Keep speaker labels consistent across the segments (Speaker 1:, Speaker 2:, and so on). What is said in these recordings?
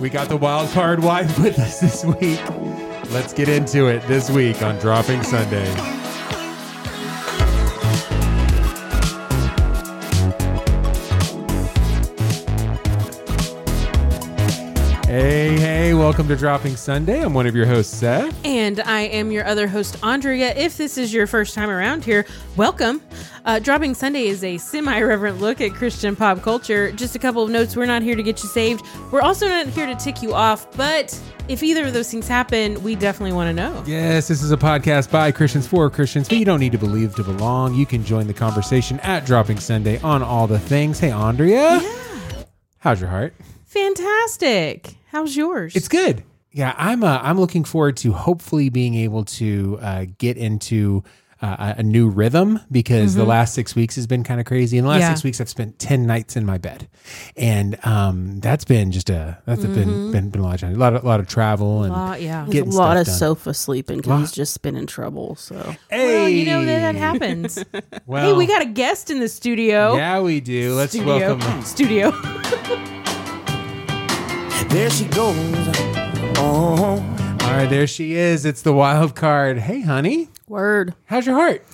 Speaker 1: We got the wild card wife with us this week. Let's get into it this week on Dropping Sunday. Hey, hey, welcome to Dropping Sunday. I'm one of your hosts, Seth.
Speaker 2: And I am your other host, Andrea. If this is your first time around here, welcome. Uh, Dropping Sunday is a semi reverent look at Christian pop culture. Just a couple of notes. We're not here to get you saved. We're also not here to tick you off, but if either of those things happen, we definitely want to know.
Speaker 1: Yes, this is a podcast by Christians for Christians, but you don't need to believe to belong. You can join the conversation at Dropping Sunday on all the things. Hey, Andrea. How's your heart?
Speaker 2: Fantastic. How's yours?
Speaker 1: It's good. Yeah, I'm uh, I'm looking forward to hopefully being able to uh, get into uh, a a new rhythm because the last six weeks has been kind of crazy. In the last
Speaker 2: Yeah.
Speaker 1: six weeks, I've spent ten nights in my bed, and um, that's been just a that's been, been been a lot of time. a lot of, lot of travel and
Speaker 2: Lot, yeah.
Speaker 3: There's
Speaker 1: getting
Speaker 3: a lot
Speaker 1: stuff
Speaker 3: of
Speaker 1: done.
Speaker 3: sofa sleeping because he's just been in trouble. So
Speaker 2: well, you know
Speaker 1: Hey! Oh.
Speaker 2: that, that happens.
Speaker 1: Well,
Speaker 2: hey, we got a guest in the studio.
Speaker 1: yeah, we do. Let's
Speaker 2: Studio.
Speaker 1: welcome.
Speaker 2: Studio.
Speaker 4: There she goes. Oh,
Speaker 1: Uh-huh. All right, there she is. It's the wild card. Hey, honey,
Speaker 3: word
Speaker 1: how's your heart?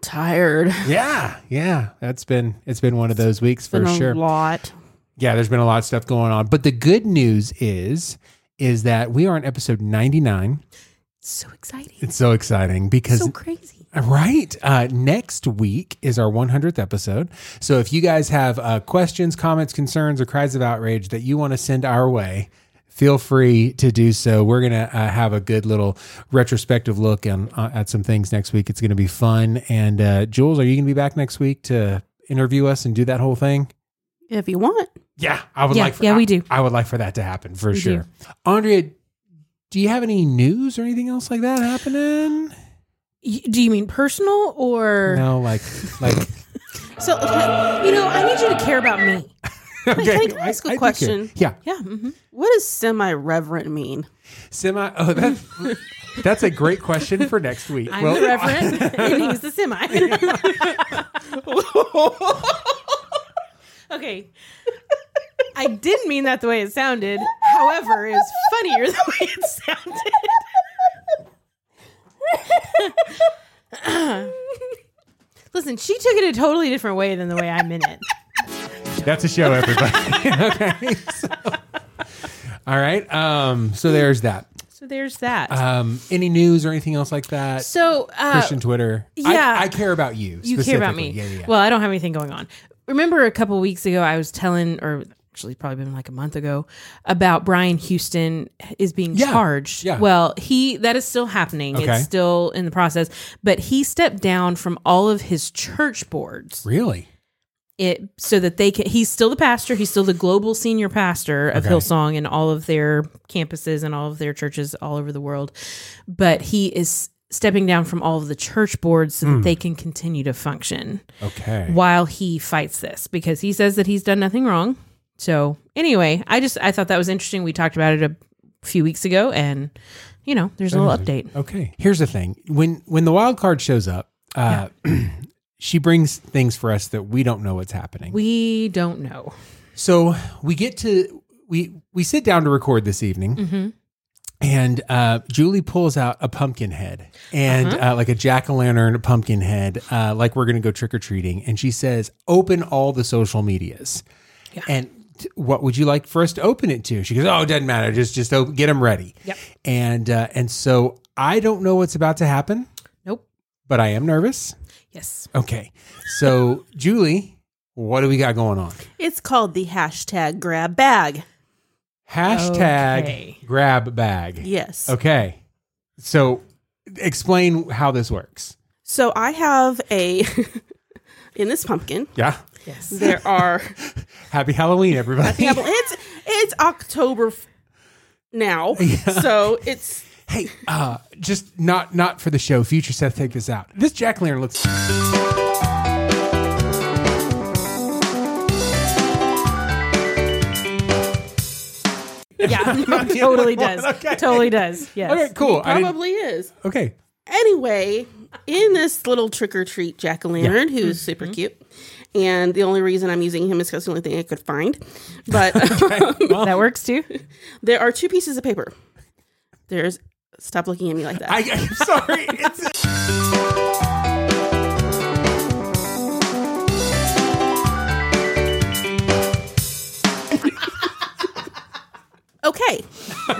Speaker 3: tired
Speaker 1: Yeah, yeah. That's been it's been one of those weeks for
Speaker 3: been a
Speaker 1: sure.
Speaker 3: lot.
Speaker 1: Yeah, there's been a lot of stuff going on, but the good news is is that we are on episode 99.
Speaker 2: So exciting.
Speaker 1: It's so exciting because
Speaker 2: So crazy.
Speaker 1: Right. Uh, next week is our 100th episode. So if you guys have uh, questions, comments, concerns, or cries of outrage that you want to send our way, feel free to do so. We're going to uh, have a good little retrospective look and uh, at some things next week. It's going to be fun. And uh, Jules, are you going to be back next week to interview us and do that whole thing?
Speaker 3: If you want,
Speaker 1: Yeah, I would
Speaker 2: Yeah,
Speaker 1: like. For,
Speaker 2: yeah,
Speaker 1: I-
Speaker 2: we do.
Speaker 1: I would like for that to happen for
Speaker 2: We
Speaker 1: sure. Andrea, do you have any news or anything else like that happening?
Speaker 2: Y- do you mean personal or?
Speaker 1: No, like, like.
Speaker 2: So, okay, you know, I need you to care about me.
Speaker 1: okay,
Speaker 3: can I ask a
Speaker 1: do care.
Speaker 3: question?
Speaker 1: Yeah,
Speaker 2: Yeah. mhm.
Speaker 3: what does semi reverent mean?
Speaker 1: semi. Oh, that's that's a great question for next week.
Speaker 2: I'm the reverend, and he's the semi. okay. I didn't mean that the way it sounded. However, it was funnier the way it sounded. Listen, she took it a totally different way than the way I meant it.
Speaker 1: that's a show, everybody. okay. so- all right. Um. So there's that.
Speaker 2: So there's that.
Speaker 1: Um. Any news or anything else like that?
Speaker 2: so, uh,
Speaker 1: Christian Twitter.
Speaker 2: yeah.
Speaker 1: I, I care about you.
Speaker 2: you care about me.
Speaker 1: specifically. Yeah, yeah. yeah.
Speaker 2: Well, I don't have anything going on. Remember a couple weeks ago, I was telling, or actually it's probably been like a month ago, about Brian Houston is being
Speaker 1: Yeah.
Speaker 2: charged.
Speaker 1: Yeah.
Speaker 2: Well, he that is still happening.
Speaker 1: Okay.
Speaker 2: It's still in the process, but he stepped down from all of his church boards.
Speaker 1: really.
Speaker 2: It so that they can. He's still the pastor. He's still the global senior pastor of
Speaker 1: Okay.
Speaker 2: Hillsong and all of their campuses and all of their churches all over the world. But he is stepping down from all of the church boards
Speaker 1: Hmm.
Speaker 2: so that they can continue to function
Speaker 1: Okay.
Speaker 2: while he fights this because he says that he's done nothing wrong. So anyway, I just I thought that was interesting. We talked about it a few weeks ago, and you know, there's a little update.
Speaker 1: Okay. Here's the thing: when when the wild card shows up, uh, she brings things for us that we don't know what's happening.
Speaker 2: We don't know.
Speaker 1: so we get to we we sit down to record this evening. And uh, Julie pulls out a pumpkin head and uh like a jack o' lantern pumpkin head, uh, like we're going to go trick or treating. And she says, Open all the social medias. And t- what would you like for us to open it to? She goes, Oh, it doesn't matter. Just just op- get them ready.
Speaker 2: Yep.
Speaker 1: And, uh, and so I don't know what's about to happen
Speaker 2: Nope.
Speaker 1: but I am nervous.
Speaker 2: Yes.
Speaker 1: Okay. So, Julie, what do we got going on?
Speaker 3: It's called the hashtag grab bag.
Speaker 1: Hashtag
Speaker 2: Okay.
Speaker 1: grab bag.
Speaker 3: Yes.
Speaker 1: Okay. So, explain how this works.
Speaker 3: So I have a in this pumpkin.
Speaker 1: Yeah.
Speaker 2: Yes.
Speaker 3: There are
Speaker 1: Happy Halloween, everybody.
Speaker 3: it's it's October f- now, so it's
Speaker 1: hey, uh, just not not for the show. Future Seth, take this out. This jack lantern looks.
Speaker 2: Yeah. totally does.
Speaker 1: Okay.
Speaker 2: Totally does. Yes.
Speaker 1: Okay, cool. I didn't-
Speaker 3: probably is.
Speaker 1: okay.
Speaker 3: anyway, in this little trick or treat jack o' lantern, who's super cute, And the only reason I'm using him is because the only thing I could find. But
Speaker 2: That works too.
Speaker 3: there are two pieces of paper. There's stop looking at me like that.
Speaker 1: I, I'm sorry. It's
Speaker 3: okay,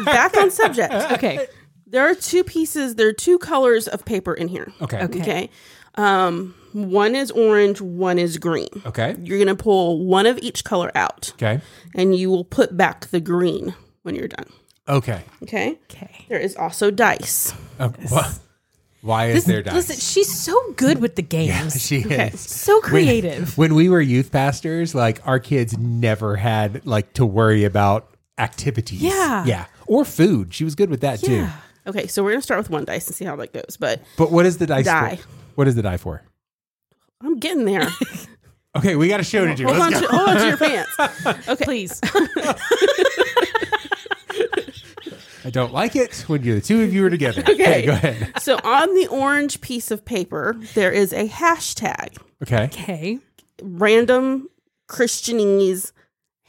Speaker 3: back on subject.
Speaker 2: Okay.
Speaker 3: There are two pieces. There are two colors of paper in here.
Speaker 1: okay.
Speaker 2: Okay.
Speaker 1: Okay.
Speaker 3: Okay. Um, one is orange. One is green.
Speaker 1: Okay.
Speaker 3: You're gonna pull one of each color out,
Speaker 1: Okay.
Speaker 3: and you will put back the green when you're done.
Speaker 1: Okay.
Speaker 3: Okay.
Speaker 2: Okay.
Speaker 3: There is also dice.
Speaker 1: wha- Why is there dice?
Speaker 2: Listen, she's so good with the games.
Speaker 1: she is.
Speaker 2: so
Speaker 1: When-
Speaker 2: creative.
Speaker 1: When, we were youth pastors, like our kids never had like to worry about activities.
Speaker 2: Yeah.
Speaker 1: Yeah. Or food. She was good with that too.
Speaker 2: yeah.
Speaker 3: Okay, so we're gonna start with one dice and see how that goes. But
Speaker 1: But what is the dice
Speaker 3: Die.
Speaker 1: for? What is the die for?
Speaker 3: I'm getting there.
Speaker 1: Okay, we got a show to do.
Speaker 3: hold on
Speaker 1: Let's
Speaker 3: to hold on to your pants. Okay.
Speaker 2: Please.
Speaker 1: go. I don't like it when you the two of you are together. go ahead.
Speaker 3: So on the orange piece of paper, there is a hashtag,
Speaker 1: Okay.
Speaker 2: Okay.
Speaker 3: random Christianese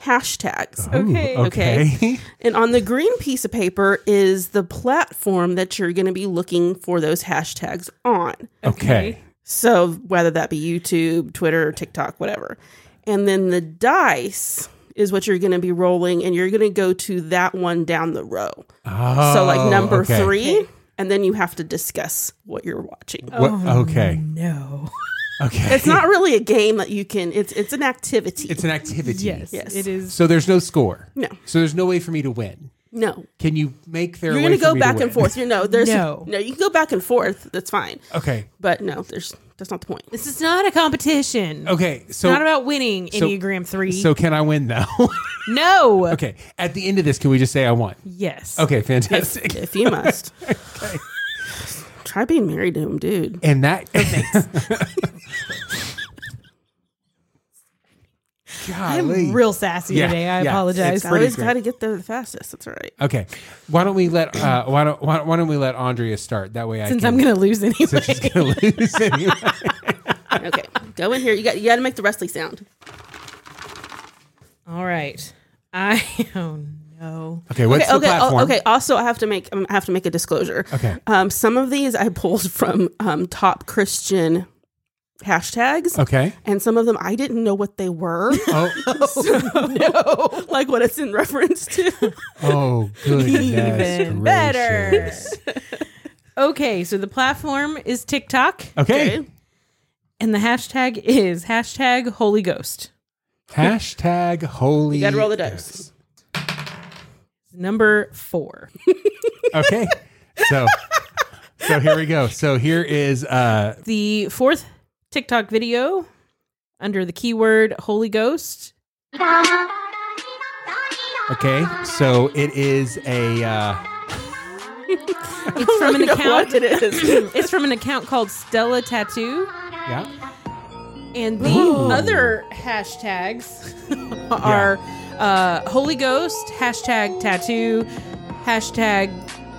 Speaker 3: hashtags.
Speaker 1: Ooh,
Speaker 2: Okay.
Speaker 1: Oh, okay.
Speaker 3: And on the green piece of paper is the platform that you're going to be looking for those hashtags on.
Speaker 1: Okay.
Speaker 3: So whether that be YouTube, Twitter, TikTok, whatever. And then the dice is what you're going to be rolling and you're going to go to that one down the row.
Speaker 1: Oh,
Speaker 3: so like number
Speaker 1: okay.
Speaker 3: 3 and then you have to discuss what you're watching.
Speaker 1: What- okay.
Speaker 2: No.
Speaker 1: Okay.
Speaker 3: Oh, It's not really a game that you can it's it's an activity.
Speaker 1: It's an activity.
Speaker 2: Yes,
Speaker 3: Yes.
Speaker 2: It is.
Speaker 1: So there's no score.
Speaker 3: No.
Speaker 1: So there's no way for me to win.
Speaker 3: no.
Speaker 1: Can you make their
Speaker 3: You're
Speaker 1: going to
Speaker 3: go back
Speaker 1: win?
Speaker 3: and forth. You know, there's
Speaker 2: No.
Speaker 3: no. you can go back and forth. That's fine.
Speaker 1: Okay.
Speaker 3: But no, there's that's not the point.
Speaker 2: This is not a competition.
Speaker 1: Okay.
Speaker 2: It's
Speaker 1: So
Speaker 2: not about winning
Speaker 1: so-
Speaker 2: Enneagram 3.
Speaker 1: So can I win though?
Speaker 2: no.
Speaker 1: okay. At the end of this, can we just say I won?
Speaker 2: Yes.
Speaker 1: Okay. Fantastic.
Speaker 3: If you must. Try being married to him, dude.
Speaker 1: And that.
Speaker 2: I'm
Speaker 1: Golly.
Speaker 2: real sassy
Speaker 1: Yeah,
Speaker 2: today. I
Speaker 1: yeah.
Speaker 2: apologize.
Speaker 1: It's
Speaker 3: I
Speaker 1: pretty
Speaker 3: always
Speaker 1: great.
Speaker 3: got to get there the fastest. That's all right.
Speaker 1: Okay. Why don't we let uh, why don't why, why don't we let Andrea start? That way I
Speaker 2: since
Speaker 1: can,
Speaker 2: I'm going to lose anyway.
Speaker 1: since she's gonna lose anyway.
Speaker 3: Okay, go in here. You got you got to make the wrestly sound.
Speaker 2: All right. I oh no.
Speaker 1: Okay, what's
Speaker 3: Okay,
Speaker 1: the
Speaker 3: okay, al-
Speaker 1: platform?
Speaker 3: okay. Also, I have to make um, I have to make a disclosure.
Speaker 1: Okay.
Speaker 3: Um, some of these I pulled from um, top Christian hashtags,
Speaker 1: Okay.
Speaker 3: and some of them I didn't know what they were,
Speaker 1: Oh,
Speaker 3: like what it's in reference to.
Speaker 1: oh, goodness
Speaker 2: Even better.
Speaker 1: gracious.
Speaker 2: Okay, so the platform is TikTok
Speaker 1: Okay.
Speaker 3: Okay.
Speaker 2: and the hashtag is hashtag Holy Ghost.
Speaker 1: Hashtag holy.
Speaker 3: You gotta roll the dice.
Speaker 2: Number four.
Speaker 1: Okay. So, so here we go. So here is uh
Speaker 2: The fourth TikTok video under the keyword Holy Ghost.
Speaker 1: okay. So it is a uh Oh
Speaker 2: It's from an
Speaker 3: You know
Speaker 2: account.
Speaker 3: what it is.
Speaker 2: It's from an account called Stella Tattoo.
Speaker 1: yeah.
Speaker 2: And the other hashtags are uh, Holy Ghost, hashtag tattoo, hashtag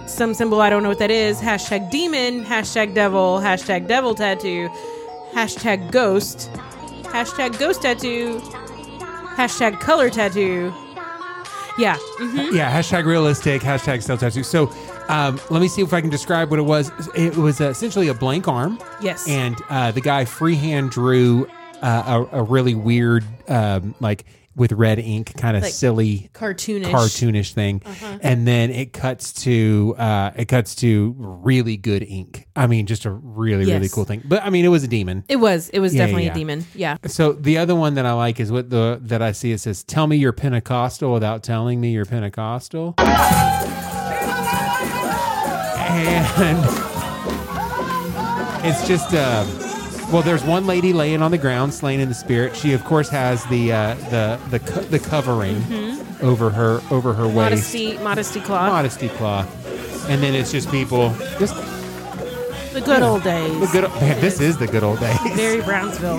Speaker 2: some symbol I don't know what that is, hashtag demon, hashtag devil, hashtag devil tattoo, hashtag ghost, hashtag ghost tattoo, hashtag color tattoo. Yeah. mhm.
Speaker 1: Yeah, hashtag realistic, hashtag self tattoo. So um, let me see if I can describe what it was. It was essentially a blank arm,
Speaker 2: Yes.
Speaker 1: and uh, the guy freehand drew uh, a, a really weird, um, like with red ink, kind of
Speaker 2: Like
Speaker 1: silly,
Speaker 2: cartoonish.
Speaker 1: cartoonish thing. And then it cuts to uh, it cuts to really good ink. I mean, just a really really
Speaker 2: Yes.
Speaker 1: cool thing. But I mean, it was a demon.
Speaker 2: It was. It was
Speaker 1: Yeah,
Speaker 2: definitely
Speaker 1: yeah,
Speaker 2: a demon. Yeah.
Speaker 1: So the other one that I like is what the that I see. It says, "Tell me you're Pentecostal without telling me you're Pentecostal." And it's just, uh, well, there's one lady laying on the ground, slain in the spirit. She, of course, has the uh, the the co- the covering over her over her waist,
Speaker 2: Modesty, modesty cloth.
Speaker 1: modesty cloth, and then it's just people. Just
Speaker 3: the good old days.
Speaker 1: the good. o- Man, this is the good old days.
Speaker 2: Very Brownsville.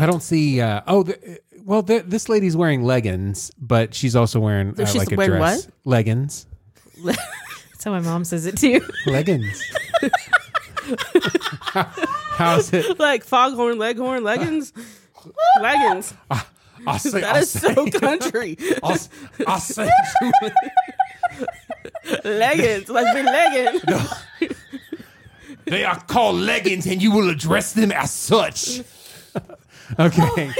Speaker 1: I don't see. Uh, oh, the, well, th this lady's wearing leggings, but she's also wearing uh,
Speaker 3: She's
Speaker 1: like a
Speaker 3: wearing
Speaker 1: dress. Leggings.
Speaker 2: That's how my mom says it too.
Speaker 1: Leggings. How's it?
Speaker 3: like foghorn, leghorn, leggings, leggings.
Speaker 1: I'll say,
Speaker 3: That
Speaker 1: I'll
Speaker 3: is
Speaker 1: say,
Speaker 3: so country.
Speaker 1: I'll, s- I'll say,
Speaker 3: leggings, like big leggings.
Speaker 1: they are called leggings, and you will address them as such. Okay,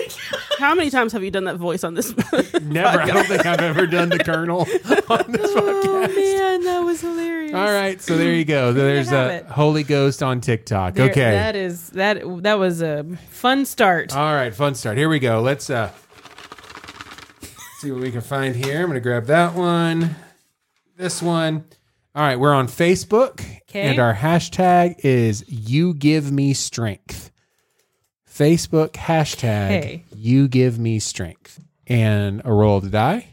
Speaker 3: How many times have you done that voice on this?
Speaker 1: never. I don't think I've ever done the Colonel on this
Speaker 2: Oh
Speaker 1: podcast.
Speaker 2: man, that was hilarious.
Speaker 1: All right, so there you go. There's
Speaker 2: have
Speaker 1: a
Speaker 2: it.
Speaker 1: Holy Ghost on TikTok.
Speaker 2: There-
Speaker 1: okay, Oh,
Speaker 2: that is that that was a fun start.
Speaker 1: All right, fun start. Here we go. Let's uh see what we can find here. I'm going to grab that one. This one. All right, we're on Facebook
Speaker 2: 'Kay.
Speaker 1: and our hashtag is you give me strength. Facebook hashtag
Speaker 2: 'Kay.
Speaker 1: you give me strength. And a roll of the die.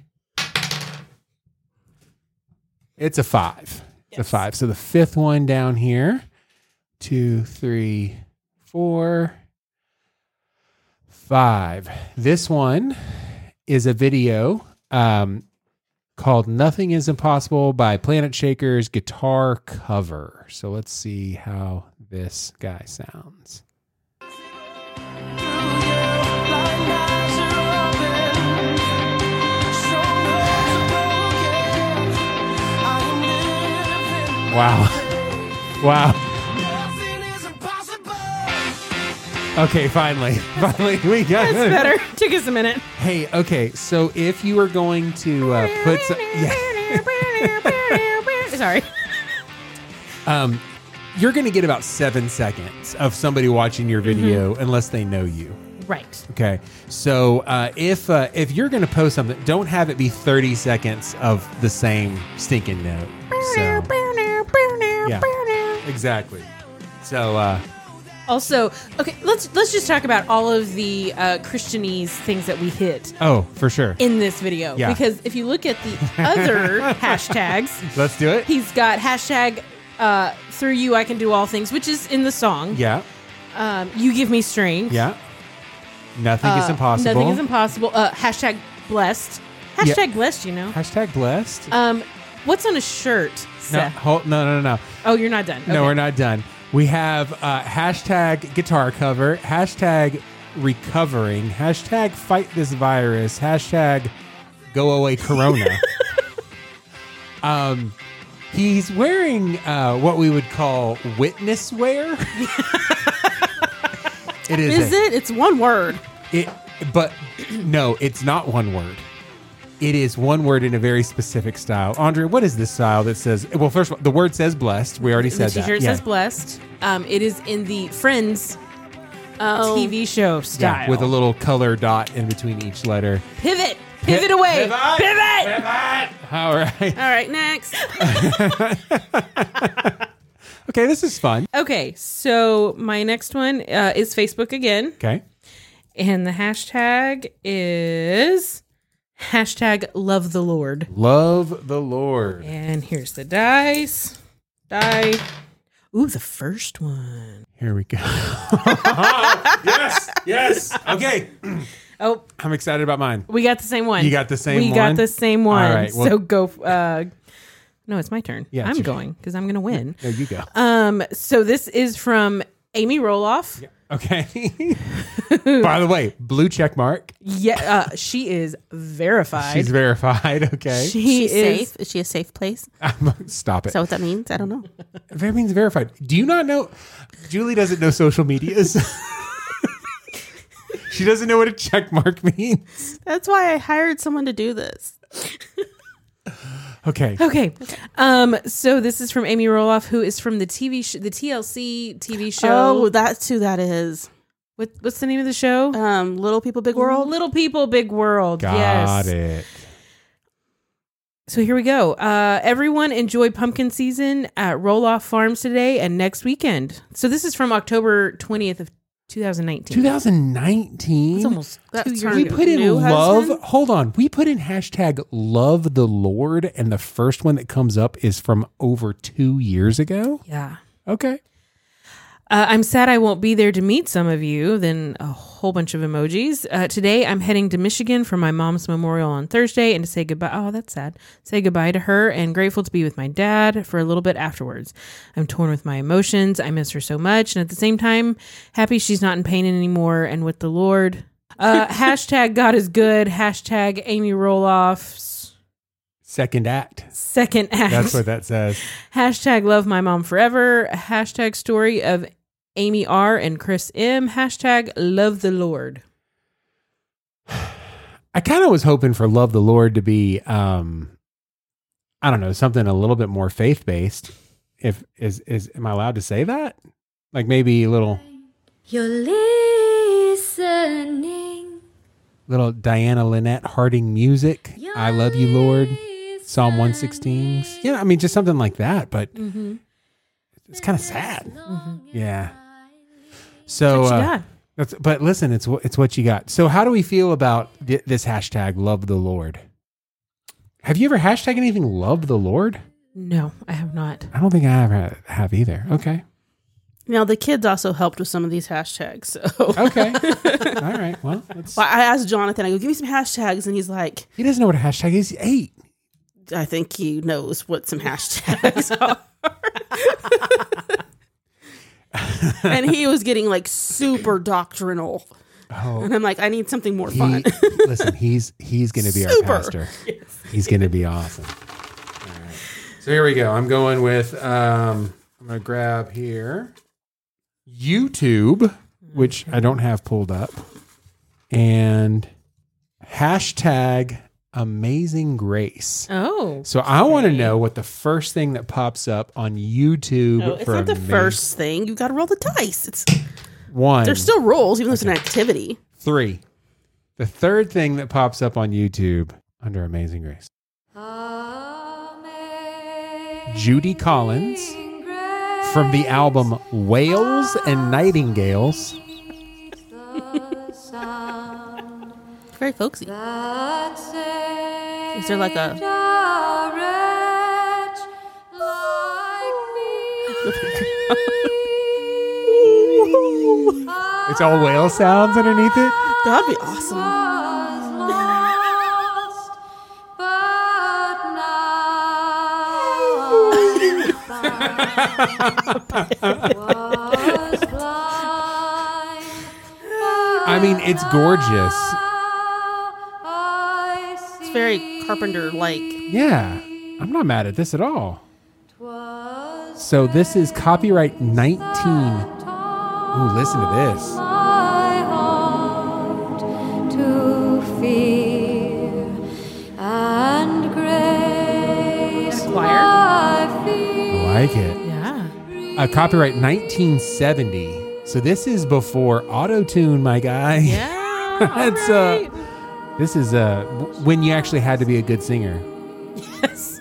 Speaker 1: It's a five. It's a five. So the fifth one down here. Two, three, four, five. This one is a video um, called Nothing is Impossible by Planet Shakers Guitar Cover. So let's see how this guy sounds. Wow. Wow. Okay, finally. Finally, we got it.
Speaker 2: Better took us a minute.
Speaker 1: Hey, okay. So if you are going to uh, put some, yeah,
Speaker 2: Sorry.
Speaker 1: you're going to get about seven seconds of somebody watching your
Speaker 2: Mm-hmm.
Speaker 1: video unless they know you.
Speaker 2: Right.
Speaker 1: Okay. So uh, if uh, if you're going to post something, don't have it be 30 seconds of the same stinking note. So, yeah, exactly. So uh,
Speaker 2: Also, okay, let's let's just talk about all of the uh, Christianese things that we hit
Speaker 1: oh, for sure.
Speaker 2: in this video
Speaker 1: Yeah.
Speaker 2: because if you look at the other hashtags,
Speaker 1: Let's do it.
Speaker 2: he's got hashtag uh, through you I can do all things, which is in the song.
Speaker 1: Yeah.
Speaker 2: Um, you give me strength.
Speaker 1: Yeah. Nothing is
Speaker 2: Uh,
Speaker 1: impossible.
Speaker 2: Nothing is impossible. Uh, hashtag blessed. Hashtag blessed. You know.
Speaker 1: Hashtag blessed.
Speaker 2: Um, what's on a shirt,
Speaker 1: no,
Speaker 2: Seth?
Speaker 1: hold, no, no, no, no.
Speaker 2: Oh, you're not done.
Speaker 1: No,
Speaker 2: Okay.
Speaker 1: we're not done. We have uh, hashtag guitar cover, hashtag recovering, hashtag fight this virus, hashtag go away corona. um, he's wearing uh, what we would call witness wear. it is.
Speaker 2: Is
Speaker 1: a-
Speaker 2: it? It's one word.
Speaker 1: it, but no, it's not one word. It is one word in a very specific style. Andre, what is this style that says? Well, first of all, the word says blessed. We already
Speaker 2: The
Speaker 1: said that.
Speaker 2: T-shirt
Speaker 1: Yeah.
Speaker 2: says blessed. Um, it is in the Friends TV show style.
Speaker 1: Oh. Yeah, with a little color dot in between each letter.
Speaker 2: pivot, pivot away, pivot.
Speaker 1: All right.
Speaker 2: All right, next.
Speaker 1: Okay, this is fun.
Speaker 2: okay, so my next one uh, is Facebook again,
Speaker 1: Okay.
Speaker 2: and the hashtag is hashtag Love the Lord.
Speaker 1: Love the Lord.
Speaker 2: And here's the dice. Die. Ooh, the first one.
Speaker 1: Here we go. yes. Yes. Okay.
Speaker 2: Oh,
Speaker 1: I'm excited about mine.
Speaker 2: we got the same one.
Speaker 1: You got the same
Speaker 2: we
Speaker 1: one?
Speaker 2: got the same one.
Speaker 1: All right, well-
Speaker 2: so go. Uh, no, it's my turn.
Speaker 1: Yeah, it's
Speaker 2: I'm
Speaker 1: your turn.
Speaker 2: going because I'm going to win.
Speaker 1: There you go.
Speaker 2: Um, so this is from Amy Roloff. Yeah,
Speaker 1: Okay. By the way, blue check mark.
Speaker 2: uh, she is verified.
Speaker 1: She's verified. Okay.
Speaker 2: she
Speaker 3: She's
Speaker 2: is.
Speaker 3: safe. Is she a safe place? Is
Speaker 1: Stop it.
Speaker 3: that what that means? I don't know.
Speaker 1: Ver- means verified. Do you not know? Julie doesn't know social medias. she doesn't know what a check mark means.
Speaker 3: That's why I hired someone to do this.
Speaker 1: Okay.
Speaker 2: Okay, um, so this is from Amy Roloff, who is from the TV, sh- the TLC TV show.
Speaker 3: Oh, that's who that is.
Speaker 2: what, what's the name of the show?
Speaker 3: Um, Little People, Big World.
Speaker 2: Little People, Big World. yes.
Speaker 1: it.
Speaker 2: So here we go. Uh, everyone enjoy pumpkin season at Roll Off Farms today and next weekend. So this is from October 20th of 2019.
Speaker 1: 2019.
Speaker 2: It's almost
Speaker 3: That's
Speaker 2: two years
Speaker 3: her
Speaker 1: we
Speaker 2: ago.
Speaker 1: put in
Speaker 3: new
Speaker 1: love.
Speaker 3: husband?
Speaker 1: Hold on. We put in hashtag love the Lord, and the first one that comes up is from over two years ago.
Speaker 2: Yeah.
Speaker 1: Okay.
Speaker 2: Uh, I'm sad I won't be there to meet some of you. Then a whole bunch of emojis. Uh, today I'm heading to Michigan for my mom's memorial on Thursday and to say goodbye. Oh, that's sad. Say goodbye to her and grateful to be with my dad for a little bit afterwards. I'm torn with my emotions. I miss her so much. And at the same time, happy she's not in pain anymore and with the Lord. Uh, hashtag God is good. Hashtag Amy Roloff's
Speaker 1: Second act.
Speaker 2: second act.
Speaker 1: That's what that says.
Speaker 2: Hashtag love my mom forever. Hashtag story of Amy R and Chris M. Hashtag love the Lord.
Speaker 1: I kind of was hoping for Love the Lord to be, um, I don't know, something a little bit more faith based. If is is am I allowed to say that? Like maybe a little
Speaker 5: You're listening.
Speaker 1: little Diana Lynette Harding music. I love you, Lord. Psalm one sixteen. You know, I mean, just something like that. But it's kind of sad. Yeah. So
Speaker 2: What you
Speaker 1: uh,
Speaker 2: got?
Speaker 1: that's but listen, it's wh- it's what you got. So how do we feel about thi- this hashtag Love the Lord? Have you ever hashtag anything Love the Lord?
Speaker 2: No, I have not.
Speaker 1: I don't think I ever have either. Okay.
Speaker 3: Now the kids also helped with some of these hashtags. So
Speaker 1: Okay. All right. Well, let's,
Speaker 3: Well, I asked Jonathan, I go, give me some hashtags. And he's like,
Speaker 1: he doesn't know what a hashtag is. He's Eight.
Speaker 3: I think he knows what some hashtags are. and he was getting like super doctrinal. And I'm like, I need something more fun.
Speaker 1: He, listen, he's he's going to be
Speaker 3: Super.
Speaker 1: our pastor. He's going to be awesome. All right. So here we go. I'm going with um I'm going to grab here YouTube, which I don't have pulled up, and hashtag amazing grace.
Speaker 2: Oh,
Speaker 1: So I want to know what the first thing that pops up on YouTube
Speaker 3: No, Oh, it's
Speaker 1: for
Speaker 3: not the
Speaker 1: amaz-
Speaker 3: first thing. You got to roll the dice. It's
Speaker 1: one.
Speaker 3: there's still rules, even though it's an activity.
Speaker 1: Three. The third thing that pops up on YouTube under Amazing Grace. Judy Collins from the album Whales and Nightingales.
Speaker 3: Very folksy.
Speaker 5: Is
Speaker 3: there like a-
Speaker 1: It's all whale sounds underneath it.
Speaker 3: That'd be awesome.
Speaker 1: I mean, it's gorgeous.
Speaker 3: It's very carpenter like.
Speaker 1: Yeah. I'm not mad at this at all. So this is copyright 19. Ooh, listen to this.
Speaker 5: my heart to fear and grace my
Speaker 1: I
Speaker 5: feet.
Speaker 1: like it.
Speaker 2: yeah.
Speaker 1: Uh, copyright 1970. So this is before auto tune, my guy.
Speaker 2: Yeah.
Speaker 1: That's, uh, This is uh, w- when you actually had to be a good singer.
Speaker 2: yes.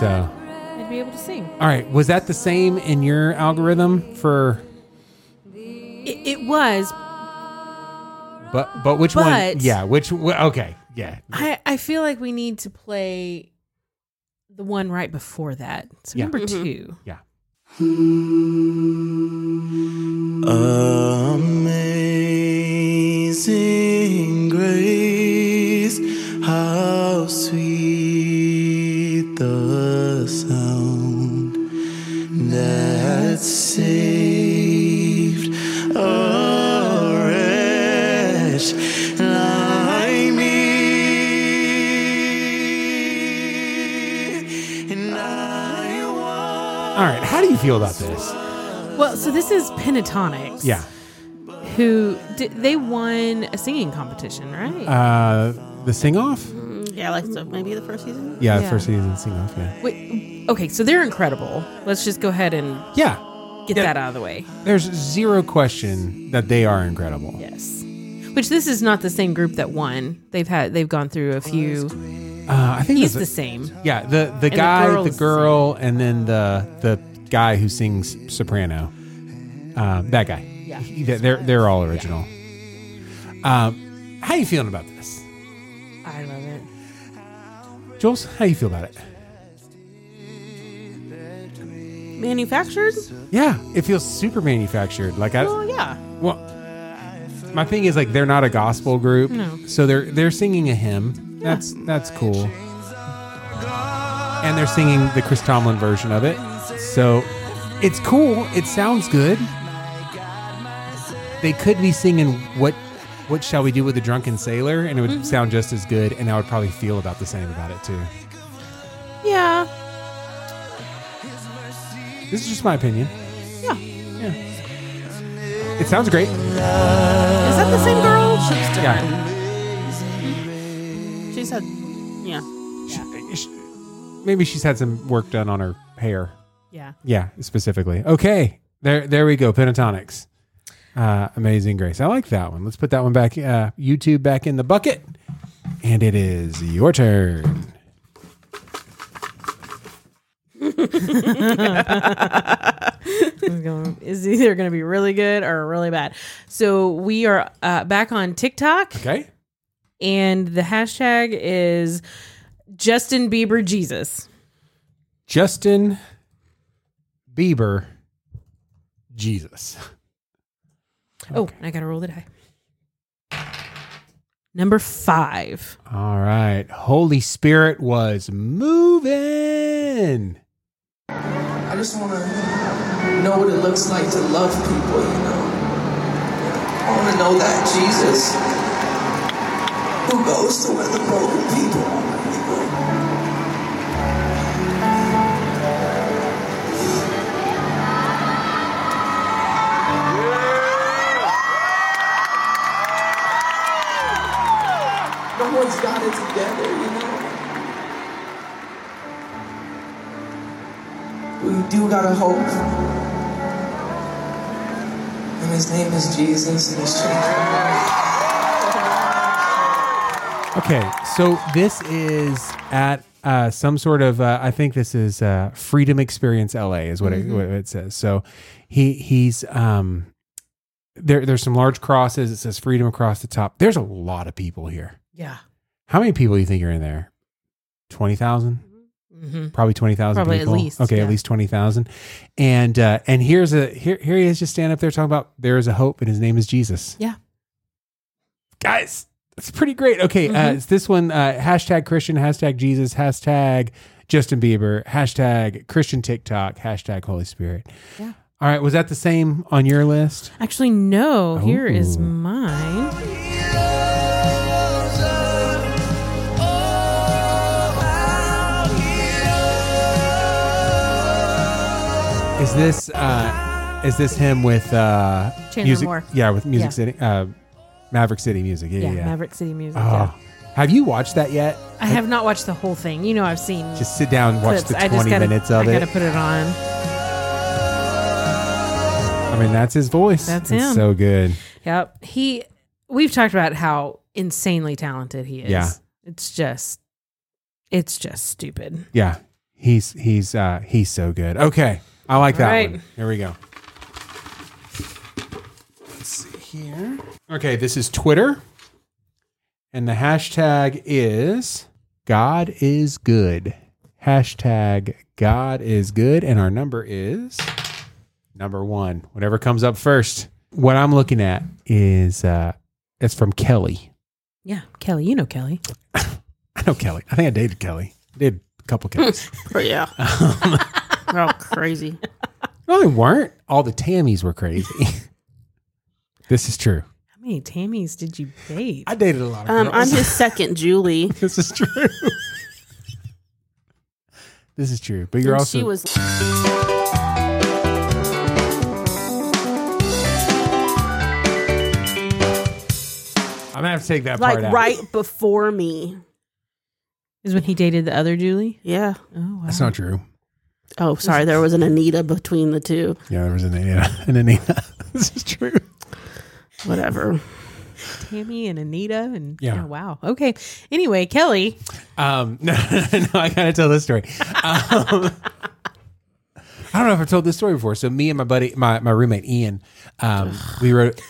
Speaker 1: So,
Speaker 2: I'd be able to sing.
Speaker 1: all right, was that the same in your algorithm for?
Speaker 2: It, it was.
Speaker 1: But but which one?
Speaker 2: But-
Speaker 1: Yeah, which? wh- Okay, yeah.
Speaker 2: I, I feel like we need to play the one right before that. So
Speaker 1: Yeah.
Speaker 2: number two.
Speaker 4: Amazing grace, how sweet the sound that saved a wretch like me. And I want
Speaker 1: All right, how do you feel about this?
Speaker 2: Well, so this is Pentatonics.
Speaker 1: Yeah,
Speaker 2: Who did, they won a singing competition, right?
Speaker 1: uh, the sing off.
Speaker 3: Mm, Yeah, like so maybe the first season.
Speaker 1: Yeah,
Speaker 2: Yeah.
Speaker 1: the first season sing off. Yeah,
Speaker 2: Wait, okay, so they're incredible. Let's just go ahead and
Speaker 1: yeah.
Speaker 2: get that out of the way.
Speaker 1: There's zero question that they are incredible.
Speaker 2: Yes. Which this is not the same group that won. They've had they've gone through a few.
Speaker 1: Uh, I think
Speaker 2: He's
Speaker 1: it was a-
Speaker 2: the same.
Speaker 1: Yeah, the the
Speaker 2: the
Speaker 1: guy,
Speaker 2: girl
Speaker 1: the
Speaker 2: is-
Speaker 1: girl, and then the the guy who sings soprano. Um, that guy.
Speaker 2: Yeah.
Speaker 1: He- they're they're all original. Um, how you feeling about this,
Speaker 2: I love it.
Speaker 1: Jules? How you feel about it?
Speaker 3: manufactured?
Speaker 1: Yeah, it feels super manufactured. Like I,
Speaker 2: Well, yeah.
Speaker 1: Well, my thing is like they're not a gospel group,
Speaker 2: No.
Speaker 1: so they're they're singing a hymn. That's that's cool, and they're singing the Chris Tomlin version of it. So it's cool. It sounds good. They could be singing what what shall we do with the drunken sailor, and it
Speaker 2: Mm-hmm.
Speaker 1: would sound just as good, and I would probably feel about the same about it too.
Speaker 2: Yeah.
Speaker 1: This is just my opinion.
Speaker 2: Yeah.
Speaker 1: It sounds great.
Speaker 2: Is that the same girl? She's different.
Speaker 1: Yeah.
Speaker 2: She's had. Yeah.
Speaker 1: uh, Sh- Maybe she's had some work done on her hair.
Speaker 2: Yeah.
Speaker 1: Yeah, specifically. Okay, there, there we go. Pentatonics, uh, Amazing Grace. I like that one. Let's put that one back. Uh, YouTube back in the bucket, and it is your turn.
Speaker 2: It's gonna- It's either going to be really good or really bad. So we are uh, back on TikTok,
Speaker 1: Okay.
Speaker 2: and the hashtag is Justin Bieber Jesus.
Speaker 1: Justin Bieber, Jesus.
Speaker 2: Oh, I got to roll the die. Number five.
Speaker 1: All right. Holy Spirit was moving.
Speaker 6: I just want to know what it looks like to love people, you know. I want to know that Jesus who goes to where the broken people are. you know. No one's got it together, you know. We do got a hope. And his name is Jesus and his children.
Speaker 1: Okay, so this is at uh, some sort of. Uh, I think this is uh, Freedom Experience LA is what, it,
Speaker 2: Mm-hmm.
Speaker 1: what it says. So he he's um there. There's some large crosses. It says Freedom across the top. There's a lot of people here.
Speaker 2: Yeah.
Speaker 1: How many people do you think are in there? Twenty thousand
Speaker 2: Mm-hmm.
Speaker 1: probably twenty thousand.
Speaker 2: Probably at
Speaker 1: people.
Speaker 2: least,
Speaker 1: Okay,
Speaker 2: yeah.
Speaker 1: at least twenty thousand. And uh, and here's a here here he is just standing up there talking about there is a hope and his name is Jesus.
Speaker 2: Yeah.
Speaker 1: guys, that's pretty great. Okay, uh,
Speaker 2: Mm-hmm.
Speaker 1: it's this one uh, hashtag Christian hashtag Jesus hashtag Justin Bieber hashtag Christian TikTok hashtag Holy Spirit.
Speaker 2: Yeah.
Speaker 1: All right, was that the same on your list?
Speaker 2: Actually, no. Here is
Speaker 1: Ooh.
Speaker 2: mine.
Speaker 1: Is this uh, is this him with uh,
Speaker 2: Chandler
Speaker 1: music?
Speaker 2: Moore.
Speaker 1: Yeah, with Music
Speaker 2: Yeah.
Speaker 1: City, uh, Maverick City music. Yeah, yeah.
Speaker 2: Yeah,
Speaker 1: yeah.
Speaker 2: Maverick City Music. yeah.
Speaker 1: Oh, have you watched that yet?
Speaker 2: I have not watched the whole thing. You know, I've seen
Speaker 1: Just sit down, and watch
Speaker 2: clips.
Speaker 1: the
Speaker 2: I just
Speaker 1: 20
Speaker 2: gotta,
Speaker 1: minutes of
Speaker 2: I
Speaker 1: it.
Speaker 2: gotta put it on.
Speaker 1: I mean, that's his voice.
Speaker 2: That's
Speaker 1: It's
Speaker 2: him.
Speaker 1: so good.
Speaker 2: Yep. He. We've talked about how insanely talented he is.
Speaker 1: Yeah.
Speaker 2: It's just. It's just stupid.
Speaker 1: Yeah, he's he's uh he's so good. Okay, I like that
Speaker 2: Alright.
Speaker 1: one. Here we go. Let's see here. Okay, this is Twitter, and the hashtag is God is good. Hashtag God is good, and our number is number one. Whatever comes up first. What I'm looking at is uh it's from Kelly.
Speaker 2: Yeah, Kelly. You know Kelly.
Speaker 1: I know Kelly. I think I dated Kelly. I did a couple Kellys.
Speaker 3: But yeah. They're all crazy.
Speaker 1: No, they weren't. All the Tammys were crazy. this is true.
Speaker 2: How many Tammys did you date?
Speaker 1: I dated a lot of
Speaker 3: Um, I'm
Speaker 1: girls.
Speaker 3: his second Julie.
Speaker 1: this is true. this is true. But you're
Speaker 3: And
Speaker 1: also
Speaker 3: she was
Speaker 1: I'm gonna have to take that
Speaker 3: like
Speaker 1: part out.
Speaker 3: right before me.
Speaker 2: is when he dated the other Julie.
Speaker 3: Yeah.
Speaker 2: Oh, wow.
Speaker 1: That's not true.
Speaker 3: Oh, sorry. There was an Anita between the two.
Speaker 1: Yeah, there was an Anita. An Anita. this is true.
Speaker 3: Whatever.
Speaker 2: Tammy and Anita and
Speaker 1: Yeah.
Speaker 2: oh, wow. Okay. Anyway, Kelly.
Speaker 1: Um, no, no, no, no, I gotta tell this story. Um, I don't know if I've told this story before. So me and my buddy, my, my roommate Ian, um, we wrote.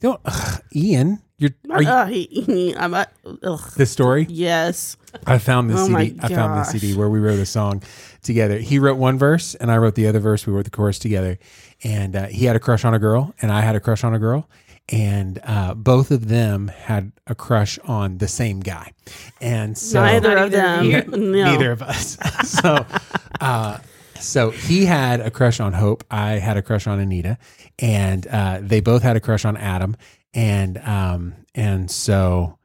Speaker 1: Don't ugh, Ian. You're are you,
Speaker 3: Uh, he- I'm, uh, ugh.
Speaker 1: this story?
Speaker 3: Yes.
Speaker 1: I found this
Speaker 3: Oh my
Speaker 1: CD. I found this
Speaker 3: gosh.
Speaker 1: CD where we wrote a song together. He wrote one verse and I wrote the other verse. We wrote the chorus together. And uh, he had a crush on a girl and I had a crush on a girl. And uh, both of them had a crush on the same guy. And so
Speaker 3: Neither
Speaker 2: Not
Speaker 3: of
Speaker 2: either of
Speaker 3: them. Um, No.
Speaker 1: neither of us. so, uh, so he had a crush on Hope. I had a crush on Anita, and uh, they both had a crush on Adam. And um, and so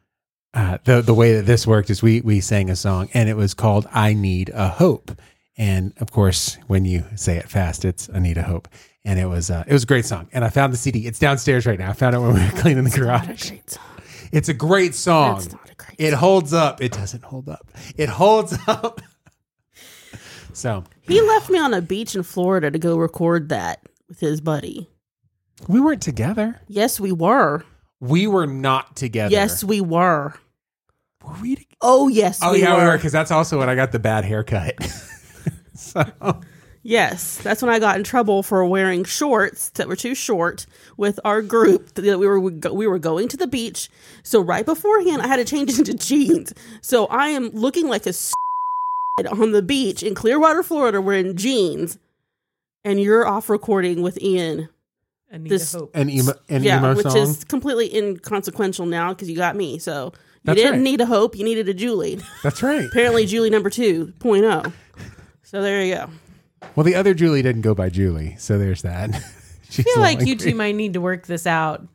Speaker 1: uh, the the way that this worked is we we sang a song, and it was called "I Need a Hope." And of course, when you say it fast, it's Anita Hope. And it was uh, it was a great song. And I found the CD. It's downstairs right now. I found it when we were cleaning the garage.
Speaker 3: Great song.
Speaker 1: It's a great song.
Speaker 3: That's not a great
Speaker 1: It holds up. It doesn't hold up. It holds up. so
Speaker 3: He left me on a beach in Florida to go record that with his buddy.
Speaker 1: we weren't together.
Speaker 3: Yes, we were.
Speaker 1: We were not together.
Speaker 3: Yes, we were.
Speaker 1: were we? to-
Speaker 3: Oh, yes,
Speaker 1: oh
Speaker 3: we,
Speaker 1: yeah,
Speaker 3: were.
Speaker 1: we were. Because that's also when I got the bad haircut. so
Speaker 3: Yes, that's when I got in trouble for wearing shorts that were too short with our group. That we were we were going to the beach, so right beforehand I had to change into jeans. So I am looking like a on the beach in Clearwater, Florida, wearing jeans, and you're off recording with Ian.
Speaker 2: Anita
Speaker 3: This-
Speaker 2: Hope.
Speaker 1: an emo, an
Speaker 3: yeah,
Speaker 1: emo
Speaker 3: which
Speaker 1: song.
Speaker 3: is completely inconsequential now because you got me. So you
Speaker 1: That's
Speaker 3: didn't
Speaker 1: right.
Speaker 3: need a hope, you needed a Julie.
Speaker 1: That's right.
Speaker 3: Apparently, Julie number two point oh. So there you go.
Speaker 1: Well, the other Julie didn't go by Julie, so there's that. She's
Speaker 2: I feel like you
Speaker 1: angry.
Speaker 2: two might need to work this out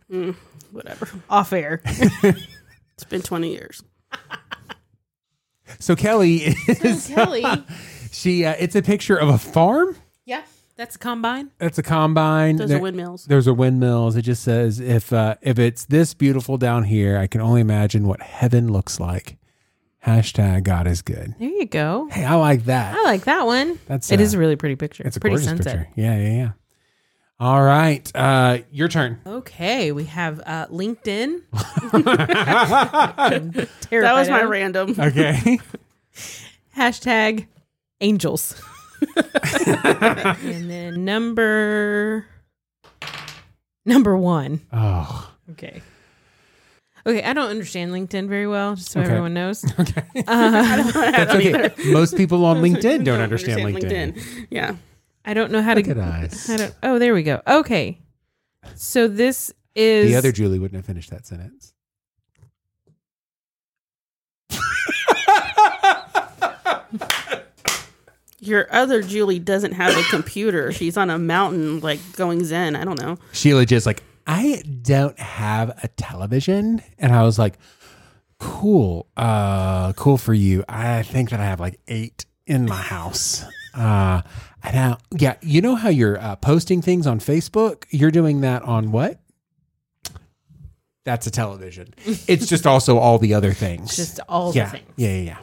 Speaker 3: Whatever.
Speaker 2: off air.
Speaker 3: It's been twenty years.
Speaker 1: So Kelly,
Speaker 2: Oh, Kelly.
Speaker 1: she uh, it's a picture of a farm.
Speaker 2: Yeah. That's a combine.
Speaker 1: That's a combine.
Speaker 3: Those
Speaker 1: There-
Speaker 3: are windmills.
Speaker 1: There's a windmills. It just says if uh, if it's this beautiful down here, I can only imagine what heaven looks like. Hashtag God is good.
Speaker 2: There you go.
Speaker 1: Hey, I like that.
Speaker 2: I like that one.
Speaker 1: That's,
Speaker 2: it
Speaker 1: uh,
Speaker 2: is a really pretty picture.
Speaker 1: It's a
Speaker 2: pretty
Speaker 1: gorgeous picture. Yeah, yeah, yeah. All right, uh, your turn.
Speaker 2: Okay, we have uh, LinkedIn.
Speaker 3: That was my
Speaker 2: ra-
Speaker 3: random.
Speaker 1: Okay.
Speaker 2: hashtag angels. and then number number one.
Speaker 1: oh,
Speaker 2: Okay. Okay, I don't understand LinkedIn very well, just so
Speaker 1: Okay.
Speaker 2: everyone knows.
Speaker 1: that's okay. Most people on LinkedIn don't
Speaker 3: Don't
Speaker 1: understand, LinkedIn.
Speaker 3: Yeah.
Speaker 2: I don't know how
Speaker 1: Look
Speaker 2: to
Speaker 1: at us.
Speaker 2: I don't Oh, there we go. Okay. So this is
Speaker 1: The other Julie wouldn't have finished that sentence.
Speaker 3: Your other Julie doesn't have a computer. She's on a mountain, like going zen. I don't know.
Speaker 1: Sheila just like, I don't have a television. And I was like, cool. Uh, cool for you. I think that I have like eight in my house. Uh, and now, yeah, you know how you're uh, posting things on Facebook? You're doing that on what? That's a television. It's just also all the other things.
Speaker 2: just all
Speaker 1: yeah.
Speaker 2: the things.
Speaker 1: yeah, yeah, yeah.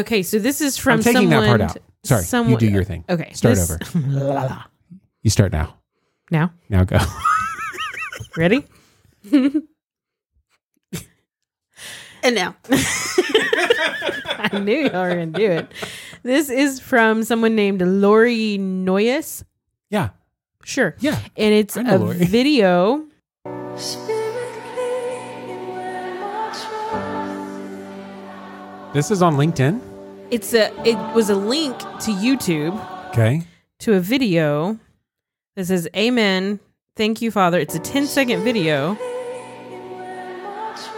Speaker 2: Okay, so this is from
Speaker 1: I'm taking
Speaker 2: someone.
Speaker 1: that part out. Sorry, you
Speaker 2: someone-
Speaker 1: do your thing.
Speaker 2: Okay,
Speaker 1: start
Speaker 2: this-
Speaker 1: over. You start now.
Speaker 2: Now,
Speaker 1: Now go.
Speaker 2: ready?
Speaker 3: And now,
Speaker 2: I knew you were gonna do it. This is from someone named Lori Noyes.
Speaker 1: yeah,
Speaker 2: Sure.
Speaker 1: yeah.
Speaker 2: And it's
Speaker 1: I know
Speaker 2: a
Speaker 1: Lori.
Speaker 2: video.
Speaker 5: Spirit leading where my trust
Speaker 1: This is on LinkedIn.
Speaker 2: It's a it was a link to YouTube
Speaker 1: Okay.
Speaker 2: to a video that says Amen. Thank you, Father. It's a 10 second video.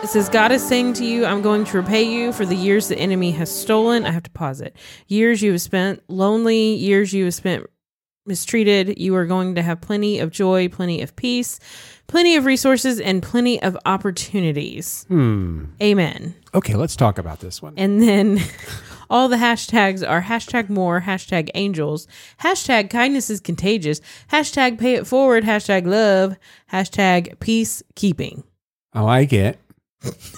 Speaker 2: It says, God is saying to you, I'm going to repay you for the years the enemy has stolen. I have to pause it. Years you have spent lonely, years you have spent mistreated. You are going to have plenty of joy, plenty of peace, plenty of resources, and plenty of opportunities.
Speaker 1: Hmm.
Speaker 2: Amen.
Speaker 1: Okay, let's talk about this one.
Speaker 2: And then all the hashtags are hashtag more, hashtag angels, hashtag kindness is contagious, hashtag pay it forward, hashtag love, hashtag peacekeeping.
Speaker 1: I like it,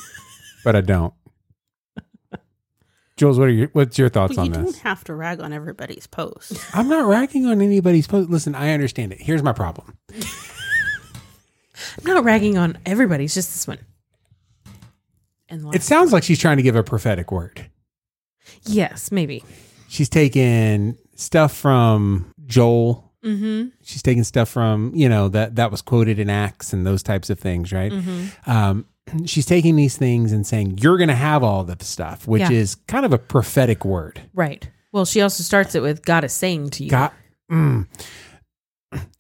Speaker 1: but I don't. Jules, what are your what's your thoughts
Speaker 3: Well, you
Speaker 1: on
Speaker 3: don't
Speaker 1: this?
Speaker 3: have to rag on everybody's post.
Speaker 1: I'm not racking on anybody's post. Listen, I understand it. Here's my problem.
Speaker 2: I'm not ragging on everybody, it's just this one. And the
Speaker 1: It
Speaker 2: last-
Speaker 1: sounds like she's trying to give a prophetic word.
Speaker 2: yes, maybe.
Speaker 1: She's taking stuff from Joel She's taking stuff from you know that that was quoted in Acts and those types of things, right? Um, she's taking these things and saying you're going to have all the stuff, which
Speaker 2: Yeah.
Speaker 1: is kind of a prophetic word.
Speaker 2: Right. Well, she also starts it with God is saying to you.
Speaker 1: God, mm.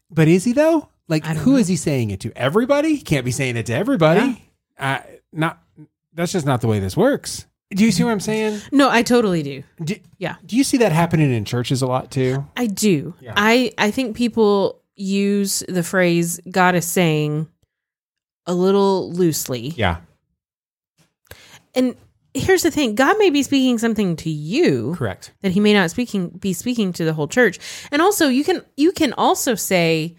Speaker 1: but is he though? Like,
Speaker 2: I don't
Speaker 1: who is he saying it to? Everybody? He can't be saying it to everybody. Uh, not. That's just not the way this works. Do you see what I'm saying?
Speaker 2: No, I totally do.
Speaker 1: Do,
Speaker 2: Yeah.
Speaker 1: Do you see that happening in churches a lot too?
Speaker 2: I do. I I think people use the phrase God is saying a little loosely.
Speaker 1: Yeah.
Speaker 2: And here's the thing, God may be speaking something to you.
Speaker 1: Correct.
Speaker 2: that he may not speaking be speaking to the whole church. And also you can you can also say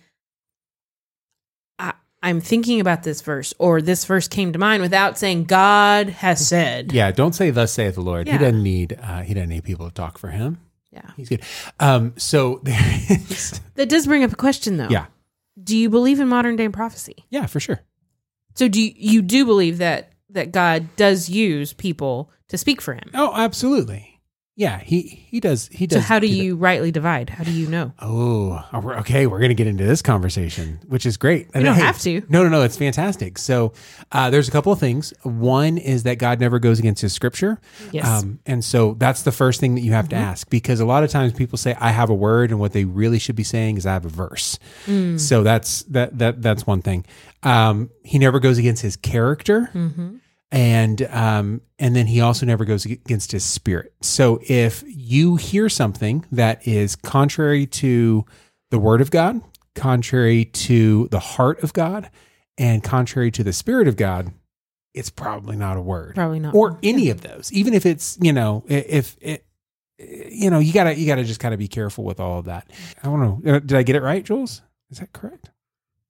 Speaker 2: I, I'm thinking about this verse or this verse came to mind without saying God has said.
Speaker 1: Yeah. Don't say "Thus saith the Lord." He
Speaker 2: Yeah.
Speaker 1: doesn't need. Uh, he doesn't need people to talk for him.
Speaker 2: Yeah.
Speaker 1: He's good. Um, so there is.
Speaker 2: That does bring up a question though.
Speaker 1: Yeah.
Speaker 2: Do you believe in modern day prophecy?
Speaker 1: Yeah, for sure.
Speaker 2: So do you, you do believe that that God does use people to speak for him?
Speaker 1: Oh, absolutely. Yeah. He he does. He
Speaker 2: So
Speaker 1: does.
Speaker 2: how do
Speaker 1: that.
Speaker 2: you rightly divide? How do you know?
Speaker 1: Oh, are we- okay. We're going to get into this conversation, which is great. We
Speaker 2: don't have to.
Speaker 1: No, no, no. It's fantastic. So, uh, there's a couple of things. One is that God never goes against his scripture. Um,
Speaker 2: Yes. Mm-hmm.
Speaker 1: and so that's the first thing that you have to ask because a lot of times people say, I have a word. And what they really should be saying is, I have a verse.
Speaker 2: Mm.
Speaker 1: So, that's that, that, that's one thing. Um, he never goes against his character
Speaker 2: Mm-hmm.
Speaker 1: and um, and then he also never goes against his spirit. So if you hear something that is contrary to the word of God, contrary to the heart of God, and contrary to the spirit of God, it's probably not a word,
Speaker 2: Probably not.
Speaker 1: or any of those. Even if it's you know i- if it. You know, you gotta you gotta just kind of be careful with all of that. I don't know. uh, Did I get it right, Jules? Is that correct?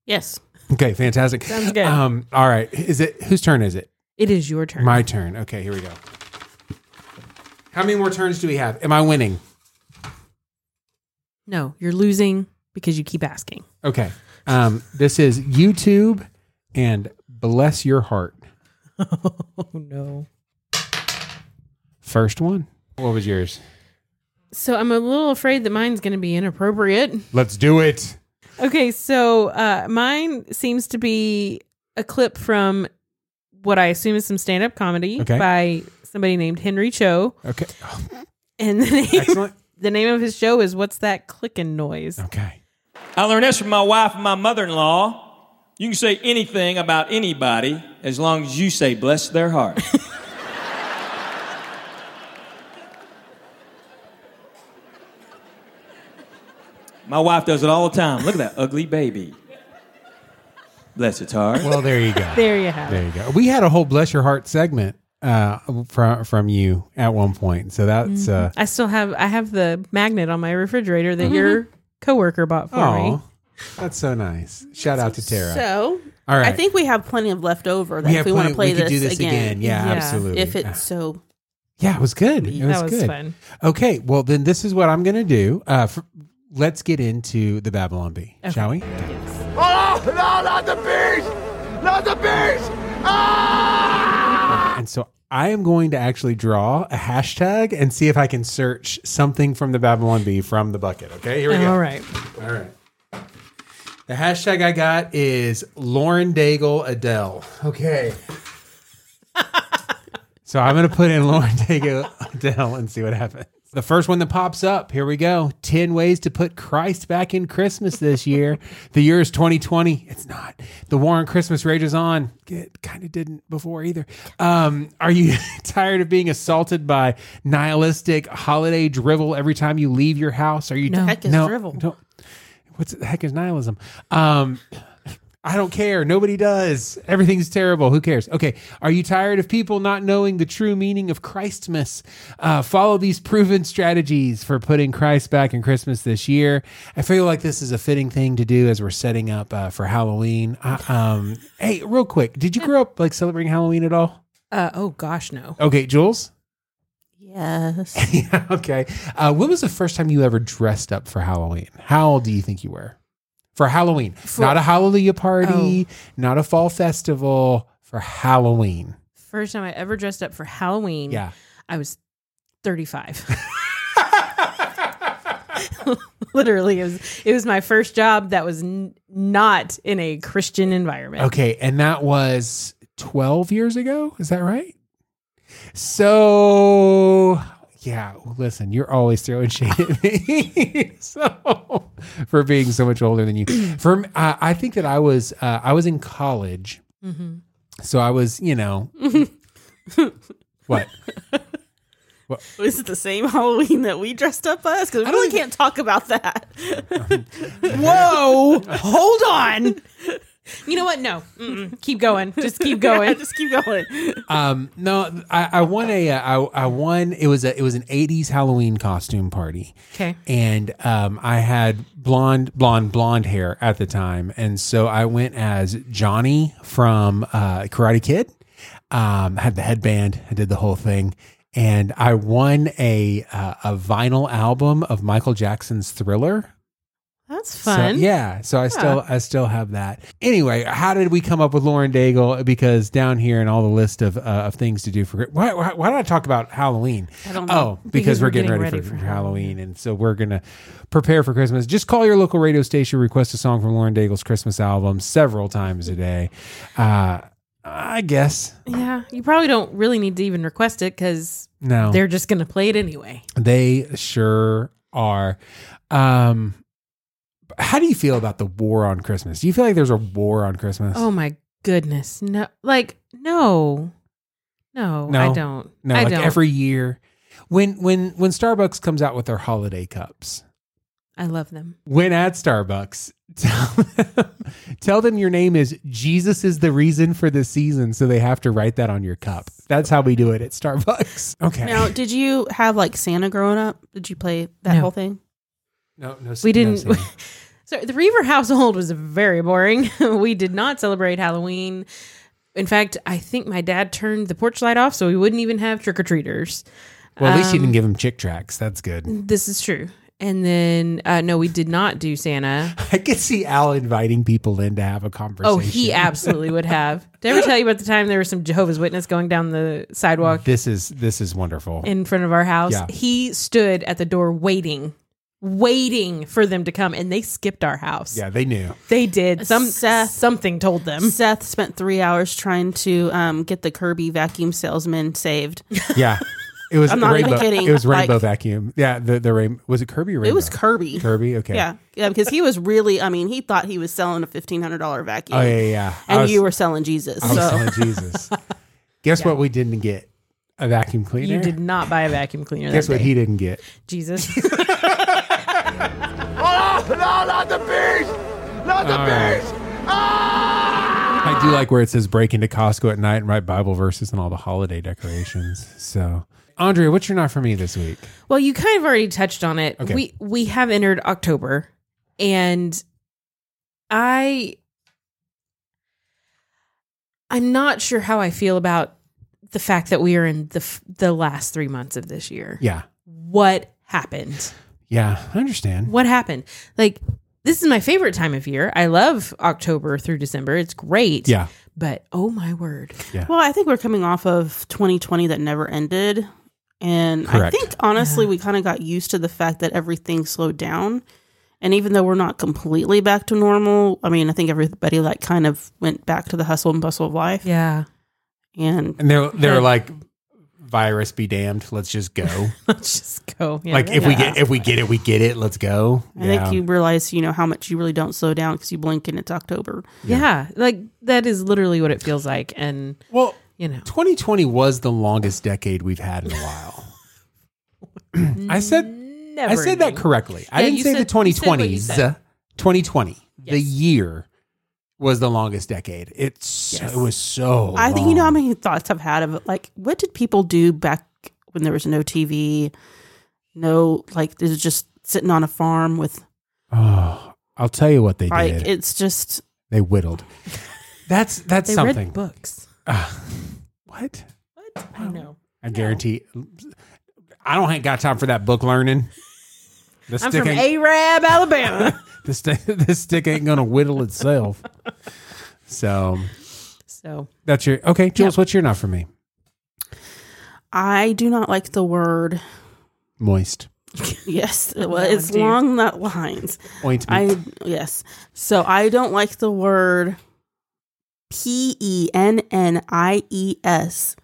Speaker 3: Yes.
Speaker 1: Okay, fantastic.
Speaker 3: Sounds good.
Speaker 1: Um, all right. Is it whose turn is it?
Speaker 2: It is your turn.
Speaker 1: My turn. Okay, here we go. How many more turns do we have? Am I winning?
Speaker 2: no, you're losing because you keep asking.
Speaker 1: Okay. Um, this is YouTube and bless your heart.
Speaker 2: Oh no.
Speaker 1: First one. What was yours?
Speaker 2: So I'm a little afraid that mine's going to be inappropriate.
Speaker 1: Let's do it.
Speaker 2: Okay, so uh, mine seems to be a clip from what I assume is some stand-up comedy
Speaker 1: Okay.
Speaker 2: by somebody named Henry Cho,
Speaker 1: Okay.
Speaker 2: and the name,
Speaker 1: Oh, Excellent. Oh.
Speaker 2: the name of his show is "What's That Clicking Noise."
Speaker 1: Okay.
Speaker 7: I learned this from my wife and my mother in law. You can say anything about anybody as long as you say, bless their heart. my wife does it all the time. Look at that ugly baby. Bless its heart.
Speaker 1: Well, there you go.
Speaker 2: There you have. it.
Speaker 1: There you go. We had a whole bless your heart segment uh, from from you at one point. So that's uh,
Speaker 2: I still have I have the magnet on my refrigerator
Speaker 1: Mm-hmm.
Speaker 2: that your coworker bought for me.
Speaker 1: oh, that's so nice. Shout out to Tara.
Speaker 3: So,
Speaker 1: All right.
Speaker 3: I think we have plenty of left over that
Speaker 1: we
Speaker 3: if
Speaker 1: have
Speaker 3: we want
Speaker 1: plenty- we
Speaker 3: to play
Speaker 1: could
Speaker 3: this,
Speaker 1: do this again. Yeah,
Speaker 2: Yeah.
Speaker 1: absolutely.
Speaker 3: If it's so,
Speaker 1: yeah, it was good. It was,
Speaker 2: that was
Speaker 1: good.
Speaker 2: fun.
Speaker 1: Okay, well then this is what I'm going to do. Uh, f let's get into the Babylon Bee, shall we?
Speaker 4: Oh, no, not the beast! Not the beast! Ah!
Speaker 1: And so I am going to actually draw a hashtag and see if I can search something from the Babylon Bee from the bucket. Okay, here we go.
Speaker 2: All right.
Speaker 1: All right. The hashtag I got is Lauren Daigle Adele. Okay. so I'm going to put in Lauren Daigle Adele and see what happens. The first one that pops up, here we go 10 ways to put Christ back in Christmas this year. the year is 2020. It's not. The war on Christmas rages on. It kind of didn't before either. Um, are you tired of being assaulted by nihilistic holiday drivel every time you leave your house? Are you
Speaker 2: No.
Speaker 3: heck is
Speaker 1: no,
Speaker 3: drivel.
Speaker 1: don't- what's the heck is nihilism? Um, I don't care. Nobody does. Everything's terrible. Who cares? Okay. Are you tired of people not knowing the true meaning of Christmas? Uh, follow these proven strategies for putting Christ back in Christmas this year. I feel like this is a fitting thing to do as we're setting up uh, for Halloween. I, um, hey, real quick, did you grow up like celebrating Halloween at all?
Speaker 2: Uh, oh gosh, no.
Speaker 1: Okay, Jules.
Speaker 3: yes.
Speaker 1: yeah. Okay. Uh, when was the first time you ever dressed up for Halloween? How old do you think you were for Halloween? not a hallelujah party, not a fall festival. For Halloween.
Speaker 2: First time I ever dressed up for Halloween.
Speaker 1: Yeah.
Speaker 2: I was 35. Literally, it was it was my first job that was n- not in a Christian environment.
Speaker 1: Okay, and that was 12 years ago. Is that right? So, yeah, listen, you're always throwing shade at me so, for being so much older than you. For uh, I think that I was uh, I was in college, so I was you know what
Speaker 3: Is it the same Halloween that we dressed up as? Because we really can't talk about that.
Speaker 2: Whoa, hold on. You know what? No, Mm-mm. keep going. Just keep going.
Speaker 3: Just keep going.
Speaker 1: um no I, I won a uh, I, I won it was a it was an 80s Halloween costume party.
Speaker 2: Okay.
Speaker 1: and um, I had blonde, blonde, blonde hair at the time, and so I went as Johnny from uh, Karate Kid. Um, I had the headband, I did the whole thing, and I won a uh, a vinyl album of Michael Jackson's Thriller.
Speaker 2: That's
Speaker 1: So-
Speaker 2: fun.
Speaker 1: yeah, so I still I still have that. Anyway, how did we come up with Lauren Daigle? Because down here in all the list of uh, of things to do for why, why why did I talk about Halloween? I don't know. Oh, because, we're, getting, ready, for, Halloween, and so we're gonna prepare for Christmas. Just call your local radio station, request a song from Lauren Daigle's Christmas album several times a day. Uh, I guess
Speaker 2: Yeah, you probably don't really need to even request it because
Speaker 1: no,
Speaker 2: they're just going to play it anyway.
Speaker 1: they sure are. Um, how do you feel about the war on Christmas? Do you feel like there's a war on Christmas?
Speaker 2: Oh my goodness. No, like, no. No,
Speaker 1: No.
Speaker 2: I don't.
Speaker 1: No,
Speaker 2: I
Speaker 1: like
Speaker 2: don't.
Speaker 1: every year. When when when Starbucks comes out with their holiday cups,
Speaker 2: I love them.
Speaker 1: when at Starbucks, tell them, tell them your name is Jesus is the reason for the season, so they have to write that on your cup. That's how we do it at Starbucks. Okay.
Speaker 3: Now, did you have like Santa growing up? Did you play that
Speaker 2: No.
Speaker 3: whole thing?
Speaker 1: no, no,
Speaker 2: We didn't.
Speaker 1: no, Sam.
Speaker 2: so the Reaver household was very boring. we did not celebrate Halloween. In fact, I think my dad turned the porch light off so we wouldn't even have trick or treaters.
Speaker 1: well, at least
Speaker 3: Um,
Speaker 1: you didn't give them chick tracks. That's
Speaker 3: Mm.
Speaker 1: good.
Speaker 2: This is true. And then, uh, no, we did not do Santa.
Speaker 1: I could see Al inviting people in to have a conversation.
Speaker 2: Oh, he absolutely would have. Did I ever tell you about the time there was some Jehovah's Witness going down the sidewalk
Speaker 1: This is this is wonderful.
Speaker 2: in front of our house?
Speaker 1: Yeah.
Speaker 2: He stood at the door waiting, waiting for them to come, and they skipped our house.
Speaker 1: yeah, they knew.
Speaker 2: They did. Some
Speaker 3: Seth.
Speaker 2: something told them.
Speaker 3: Seth spent three hours trying to um, get the Kirby vacuum salesman saved.
Speaker 1: Yeah. It was
Speaker 3: I'm not even
Speaker 1: rainbow.
Speaker 3: kidding.
Speaker 1: It was rainbow
Speaker 3: Like-
Speaker 1: vacuum. Yeah, the the rain was it Kirby or rainbow?
Speaker 3: It was Kirby.
Speaker 1: Kirby. Okay.
Speaker 3: Yeah, yeah, because he was really. I mean, he thought he was selling a fifteen hundred dollar vacuum,
Speaker 1: Oh yeah, yeah, yeah. I
Speaker 3: and
Speaker 1: was-
Speaker 3: you were selling Jesus.
Speaker 1: I was
Speaker 3: so
Speaker 1: telling Jesus. Guess what we didn't get? A vacuum cleaner.
Speaker 2: You did not buy a vacuum cleaner.
Speaker 1: Guess
Speaker 2: that
Speaker 1: what
Speaker 2: day.
Speaker 1: he didn't get?
Speaker 2: Jesus.
Speaker 4: Oh, no, not the beast! Not the
Speaker 1: right.
Speaker 4: beast! Ah!
Speaker 1: Uh, I do like where it says break into Costco at night and write Bible verses and all the holiday decorations. So, Andrea, what's your not for me this week?
Speaker 2: Well, you kind of already touched on it.
Speaker 1: Okay.
Speaker 2: We we have entered October and I I'm not sure how I feel about the fact that we are in the f- the last 3 months of this year.
Speaker 1: Yeah,
Speaker 2: What happened?
Speaker 1: yeah, I understand.
Speaker 2: What happened? Like this is my favorite time of year. I love October through December. It's great.
Speaker 1: Yeah,
Speaker 2: But oh my word.
Speaker 3: Well, I think we're coming off of 2020 that never ended. And
Speaker 1: Correct.
Speaker 3: I think honestly, we kind of got used to the fact that everything slowed down. And even though we're not completely back to normal, I mean, I think everybody like kind of went back to the hustle and bustle of life.
Speaker 2: Yeah.
Speaker 3: And
Speaker 1: and they're they're like virus be damned. Let's just go.
Speaker 2: Let's just go. Yeah,
Speaker 1: like if we get if we get it, we get it. Let's go.
Speaker 3: I think you realize, you know, how much you really don't slow down because you blink and it's October.
Speaker 2: yeah, like that is literally what it feels like and
Speaker 1: well,
Speaker 2: you know.
Speaker 1: 2020 was the longest decade we've had in a while. I said
Speaker 2: Never
Speaker 1: I said that
Speaker 2: ending.
Speaker 1: correctly. I
Speaker 2: Yeah,
Speaker 1: didn't
Speaker 2: you
Speaker 1: say the
Speaker 2: said- you said what you
Speaker 1: 2020s.
Speaker 2: said.
Speaker 1: 2020, the
Speaker 2: Yes.
Speaker 1: year, was the longest decade. It's
Speaker 2: Yes.
Speaker 1: it was so.
Speaker 3: I think you know how
Speaker 1: long.
Speaker 3: many thoughts I've had of it. Like, what did people do back when there was no TV? No, like, it was just sitting on a farm with,
Speaker 1: Oh, I'll tell you what they
Speaker 3: like,
Speaker 1: did.
Speaker 3: it's just.
Speaker 1: they whittled. That's that's
Speaker 2: They
Speaker 1: something.
Speaker 2: read books.
Speaker 1: Ah, what?
Speaker 2: What? I know.
Speaker 1: I guarantee. I don't ain't got time for that book learning. This
Speaker 2: I'm
Speaker 1: stick
Speaker 2: from
Speaker 1: ain't,
Speaker 2: Arab, Alabama.
Speaker 1: this stick, this stick ain't gonna whittle itself. So
Speaker 2: so
Speaker 1: that's your okay, Jules. What's your not for me?
Speaker 3: I do not like the word
Speaker 1: Moist.
Speaker 3: Yes, well, it's long that lines.
Speaker 1: Ointment.
Speaker 3: I yes. So I don't like the word P E N N I E S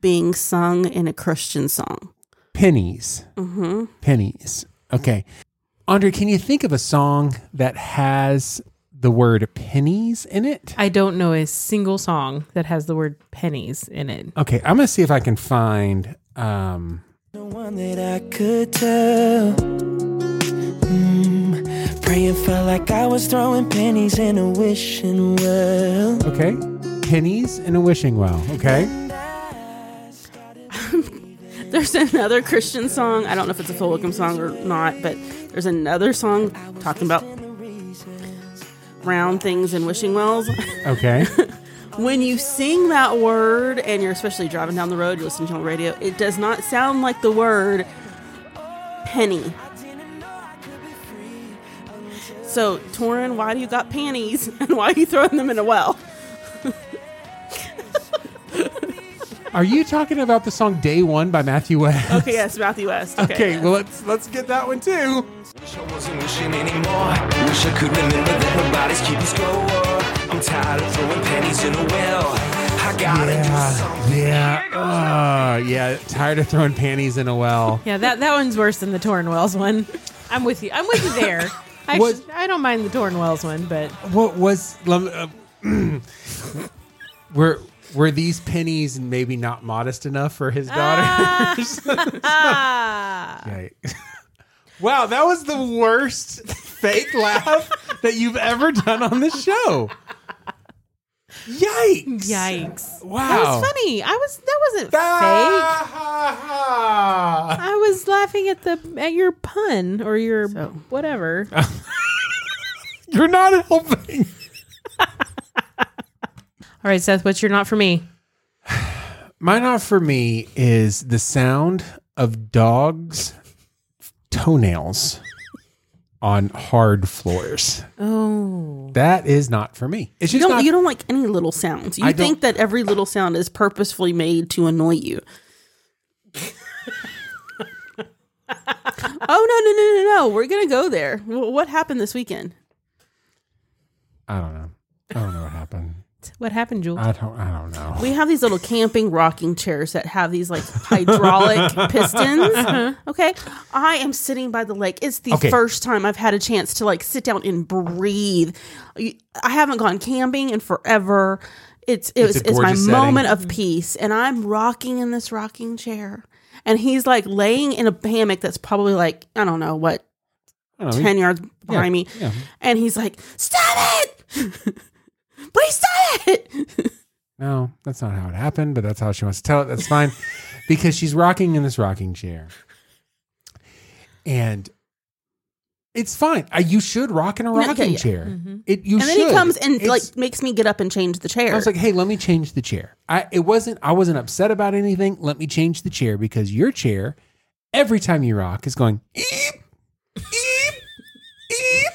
Speaker 3: being sung in a Christian song.
Speaker 1: pennies.
Speaker 3: hmm
Speaker 1: Pennies. Okay. Andre, can you think of a song that has the word pennies in it?
Speaker 2: I don't know a single song that has the word pennies in it.
Speaker 1: Okay, I'm gonna see if I can find um
Speaker 8: No one that I could tell. Mm, praying felt like I was throwing pennies in a wishing well.
Speaker 1: okay. Pennies in a wishing well. Okay.
Speaker 3: There's another Christian song. I don't know if it's a Phil Wickham song or not, but there's another song talking about round things and wishing wells.
Speaker 1: Okay.
Speaker 3: when you sing that word and you're especially driving down the road, you're listening to it on the radio, it does not sound like the word penny. So, Torin, why do you got panties and why are you throwing them in a well?
Speaker 1: Are you talking about the song Day One by Matthew West?
Speaker 3: Okay, yes, Matthew West. Okay.
Speaker 1: Okay, well let's let's get that one too.
Speaker 8: Wish I wasn't wishing anymore. Wish I could remember that nobody's keeping score. I'm tired of throwing pennies in a well. I gotta do something.
Speaker 1: Ah, Yeah, yeah, uh, yeah. Tired of throwing panties in a well.
Speaker 2: Yeah, that, that one's worse than the Torn Wells one. I'm with you. I'm with you there. I,
Speaker 1: What-
Speaker 2: actually- I don't mind the Torn Wells one, but
Speaker 1: What was? lem- Uh, were were these pennies maybe not modest enough for his daughter?
Speaker 2: ah,
Speaker 1: Right. wow, that was the worst fake laugh that you've ever done on the show. Yikes!
Speaker 2: yikes!
Speaker 1: Wow.
Speaker 2: That was funny. I was that wasn't fake.
Speaker 1: Ah,
Speaker 2: I was laughing at the at your pun or your
Speaker 3: So-
Speaker 2: whatever.
Speaker 1: You're not helping.
Speaker 2: All right, Seth, what's your not for me?
Speaker 1: My not for me is the sound of dogs' toenails on hard floors.
Speaker 2: Oh,
Speaker 1: That is not for me. It's
Speaker 3: You
Speaker 1: just
Speaker 3: don't,
Speaker 1: not.
Speaker 3: you don't like any little sounds. You
Speaker 1: I don't-
Speaker 3: think that every little sound is purposefully made to annoy you. oh, no, no, no, no, no. We're going to go there. Wh- What happened this weekend?
Speaker 1: I don't know. I don't know what happened.
Speaker 2: what happened, Jules?
Speaker 1: I don't. I don't know.
Speaker 3: We have these little camping rocking chairs that have these like hydraulic pistons. Okay. I am sitting by the lake. It's the
Speaker 1: Uh-huh. Okay.
Speaker 3: first time I've had a chance to like sit down and breathe. You- I haven't gone camping in forever. It's it was,
Speaker 1: a
Speaker 3: it's, my
Speaker 1: gorgeous setting.
Speaker 3: moment of peace and I'm rocking in this rocking chair. And he's like laying in a hammock that's probably like I don't know what
Speaker 1: I don't know.
Speaker 3: 10 yards behind me.
Speaker 1: yeah.
Speaker 3: And he's like, "Stop it!" Please stop it.
Speaker 1: No, that's not how it happened, but that's how she wants to tell it. That's fine. because she's rocking in this rocking chair. And it's fine. I, you should rock in a
Speaker 3: yeah,
Speaker 1: rocking
Speaker 3: yeah. Mm-hmm.
Speaker 1: chair. It you
Speaker 3: And then
Speaker 1: should.
Speaker 3: he comes and
Speaker 1: It's-
Speaker 3: like makes me get up and change the chair.
Speaker 1: I was like, "Hey, let me change the chair." I it wasn't I wasn't upset about anything. Let me change the chair because your chair every time you rock is going eep eep eep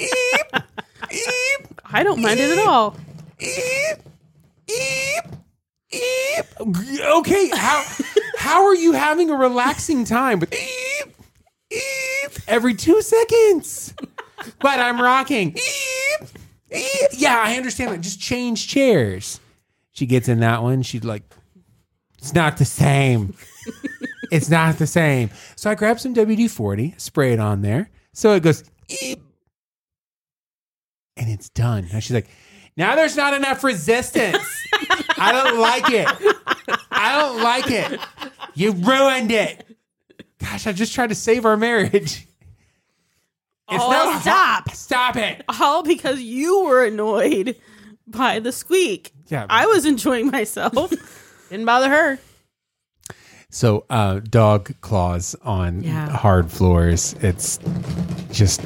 Speaker 1: eep eep
Speaker 2: I don't mind it at all.
Speaker 1: eep, eep, eep. Okay, how how are you having a relaxing time with eep, eep every two seconds? But I'm rocking. Eep, eep. Yeah, I understand that. Just change chairs. She gets in that one. She's like, it's not the same. it's not the same. So I grab some WD 40, spray it on there. So it goes, eep, and it's done. Now she's like, now there's not enough resistance. I don't like it. I don't like it. You ruined it. Gosh, I just tried to save our marriage. It's
Speaker 3: Oh,
Speaker 1: not-
Speaker 3: stop.
Speaker 1: Stop it.
Speaker 3: all because you were annoyed by the squeak.
Speaker 1: Yeah.
Speaker 3: I was enjoying myself.
Speaker 2: Didn't bother her.
Speaker 1: So, uh, dog claws on
Speaker 2: Yeah.
Speaker 1: hard floors. It's just,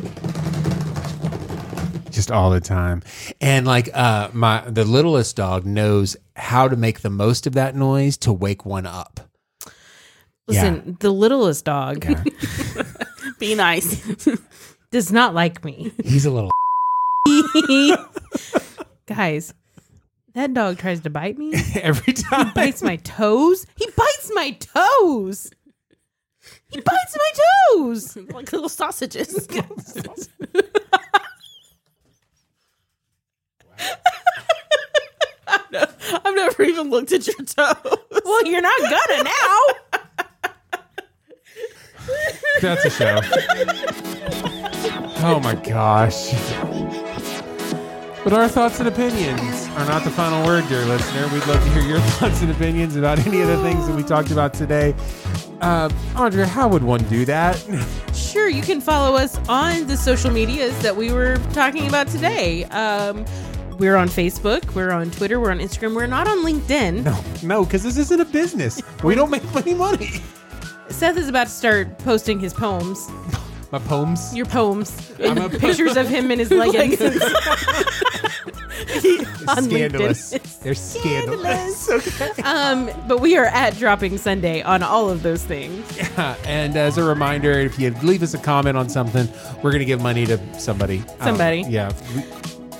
Speaker 1: just all the time. And like, uh, my the littlest dog knows how to make the most of that noise to wake one up.
Speaker 2: Listen, the littlest dog
Speaker 1: Yeah.
Speaker 3: Be nice.
Speaker 2: does not like me.
Speaker 1: He's a little.
Speaker 2: Guys, that dog tries to bite me.
Speaker 1: every time.
Speaker 2: bites my toes. He bites my toes. He bites my toes.
Speaker 3: like little sausages. No, I've never even looked at your toes.
Speaker 2: Well, you're not gonna now.
Speaker 1: That's a show. oh my gosh. But our thoughts and opinions are not the final word, dear listener. We'd love to hear your thoughts and opinions about any of the things that we talked about today. Uh, Andrea, how would one do that?
Speaker 2: Sure, you can follow us on the social medias that we were talking about today. Um, we're on Facebook, we're on Twitter, we're on Instagram, we're not on LinkedIn.
Speaker 1: No, because this isn't a business. We don't make any money.
Speaker 2: Seth is about to start posting his poems,
Speaker 1: My poems.
Speaker 2: your poems,
Speaker 1: I'm a-
Speaker 2: and pictures of him in his leggings. on
Speaker 1: scandalous.
Speaker 2: LinkedIn.
Speaker 1: They're scandalous.
Speaker 2: um, but we are at Dropping Sunday on all of those things.
Speaker 1: Uh, and as a reminder, if you leave us a comment on something, we're going to give money to somebody. I don't
Speaker 2: Somebody.
Speaker 1: know. yeah. We-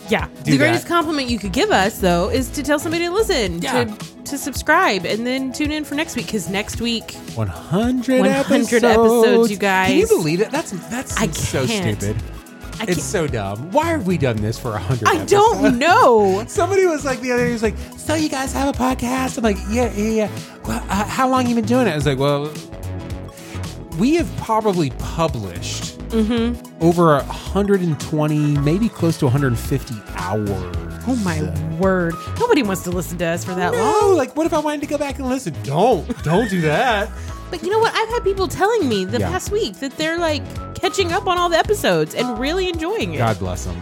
Speaker 2: Yeah.
Speaker 1: Do
Speaker 2: the
Speaker 1: that.
Speaker 2: greatest compliment you could give us, though, is to tell somebody to listen,
Speaker 1: Yeah.
Speaker 2: to, to subscribe, and then tune in for next week because next week
Speaker 1: 100,
Speaker 2: 100
Speaker 1: episodes.
Speaker 2: episodes, you guys.
Speaker 1: Can you believe it? That's that's
Speaker 2: I
Speaker 1: so
Speaker 2: can't.
Speaker 1: stupid.
Speaker 2: I can't,
Speaker 1: It's so dumb. Why have we done this for 100
Speaker 2: I don't know.
Speaker 1: Somebody was like the other day, he was like, so you guys have a podcast? I'm like, yeah, yeah, yeah. Well, uh, how long you been doing it? I was like, well, we have probably published
Speaker 2: Mm-hmm.
Speaker 1: over 120, maybe close to 150 hours.
Speaker 2: Oh my word! Nobody wants to listen to us for that long.
Speaker 1: No, Oh, like what if I wanted to go back and listen? Don't, don't do that.
Speaker 2: But you know what? I've had people telling me the
Speaker 1: Yeah.
Speaker 2: past week that they're like catching up on all the episodes and really enjoying it.
Speaker 1: God bless them.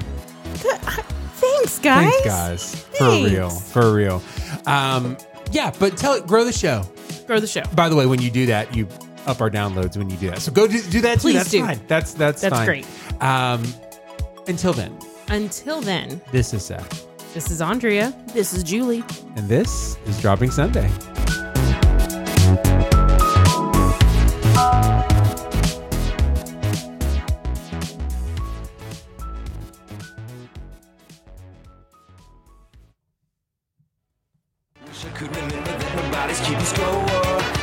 Speaker 2: Thanks, guys.
Speaker 1: Thanks, guys. For
Speaker 2: Thanks.
Speaker 1: real. For real. Um, yeah, but tell it, grow the show.
Speaker 2: Grow the show.
Speaker 1: By the way, when you do that, you up our downloads when you do that. So go do, do that too.
Speaker 2: Please
Speaker 1: that's
Speaker 2: do.
Speaker 1: fine. That's that's
Speaker 2: That's
Speaker 1: fine.
Speaker 2: great.
Speaker 1: Um, until then,
Speaker 2: Until then,
Speaker 1: this is Seth,
Speaker 2: this is Andrea.
Speaker 3: This is Julie.
Speaker 1: and this is Dropping Sunday.
Speaker 8: Wish I could remember that my body's keeping score.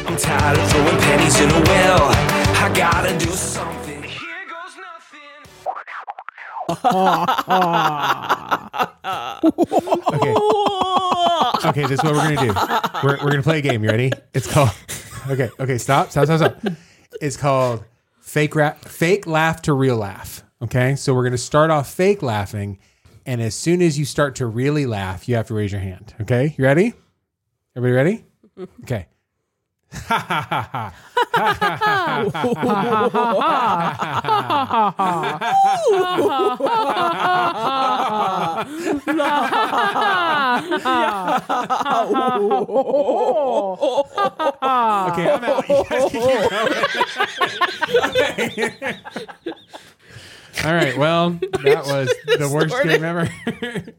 Speaker 8: I'm tired of throwing pennies in a well. I gotta do something. Here goes nothing.
Speaker 1: Okay.
Speaker 2: Oh,
Speaker 1: okay, this is what we're gonna do. We're, we're gonna play a game. You ready? It's called. Okay. Okay. Stop. Stop. Stop. Stop. It's called fake rap, fake laugh to real laugh. Okay. So we're gonna start off fake laughing, and as soon as you start to really laugh, you have to raise your hand. Okay. You ready? Everybody ready? Okay. Okay. I'm out. You guys can keep going. Okay. All right. Well, that was the worst game ever.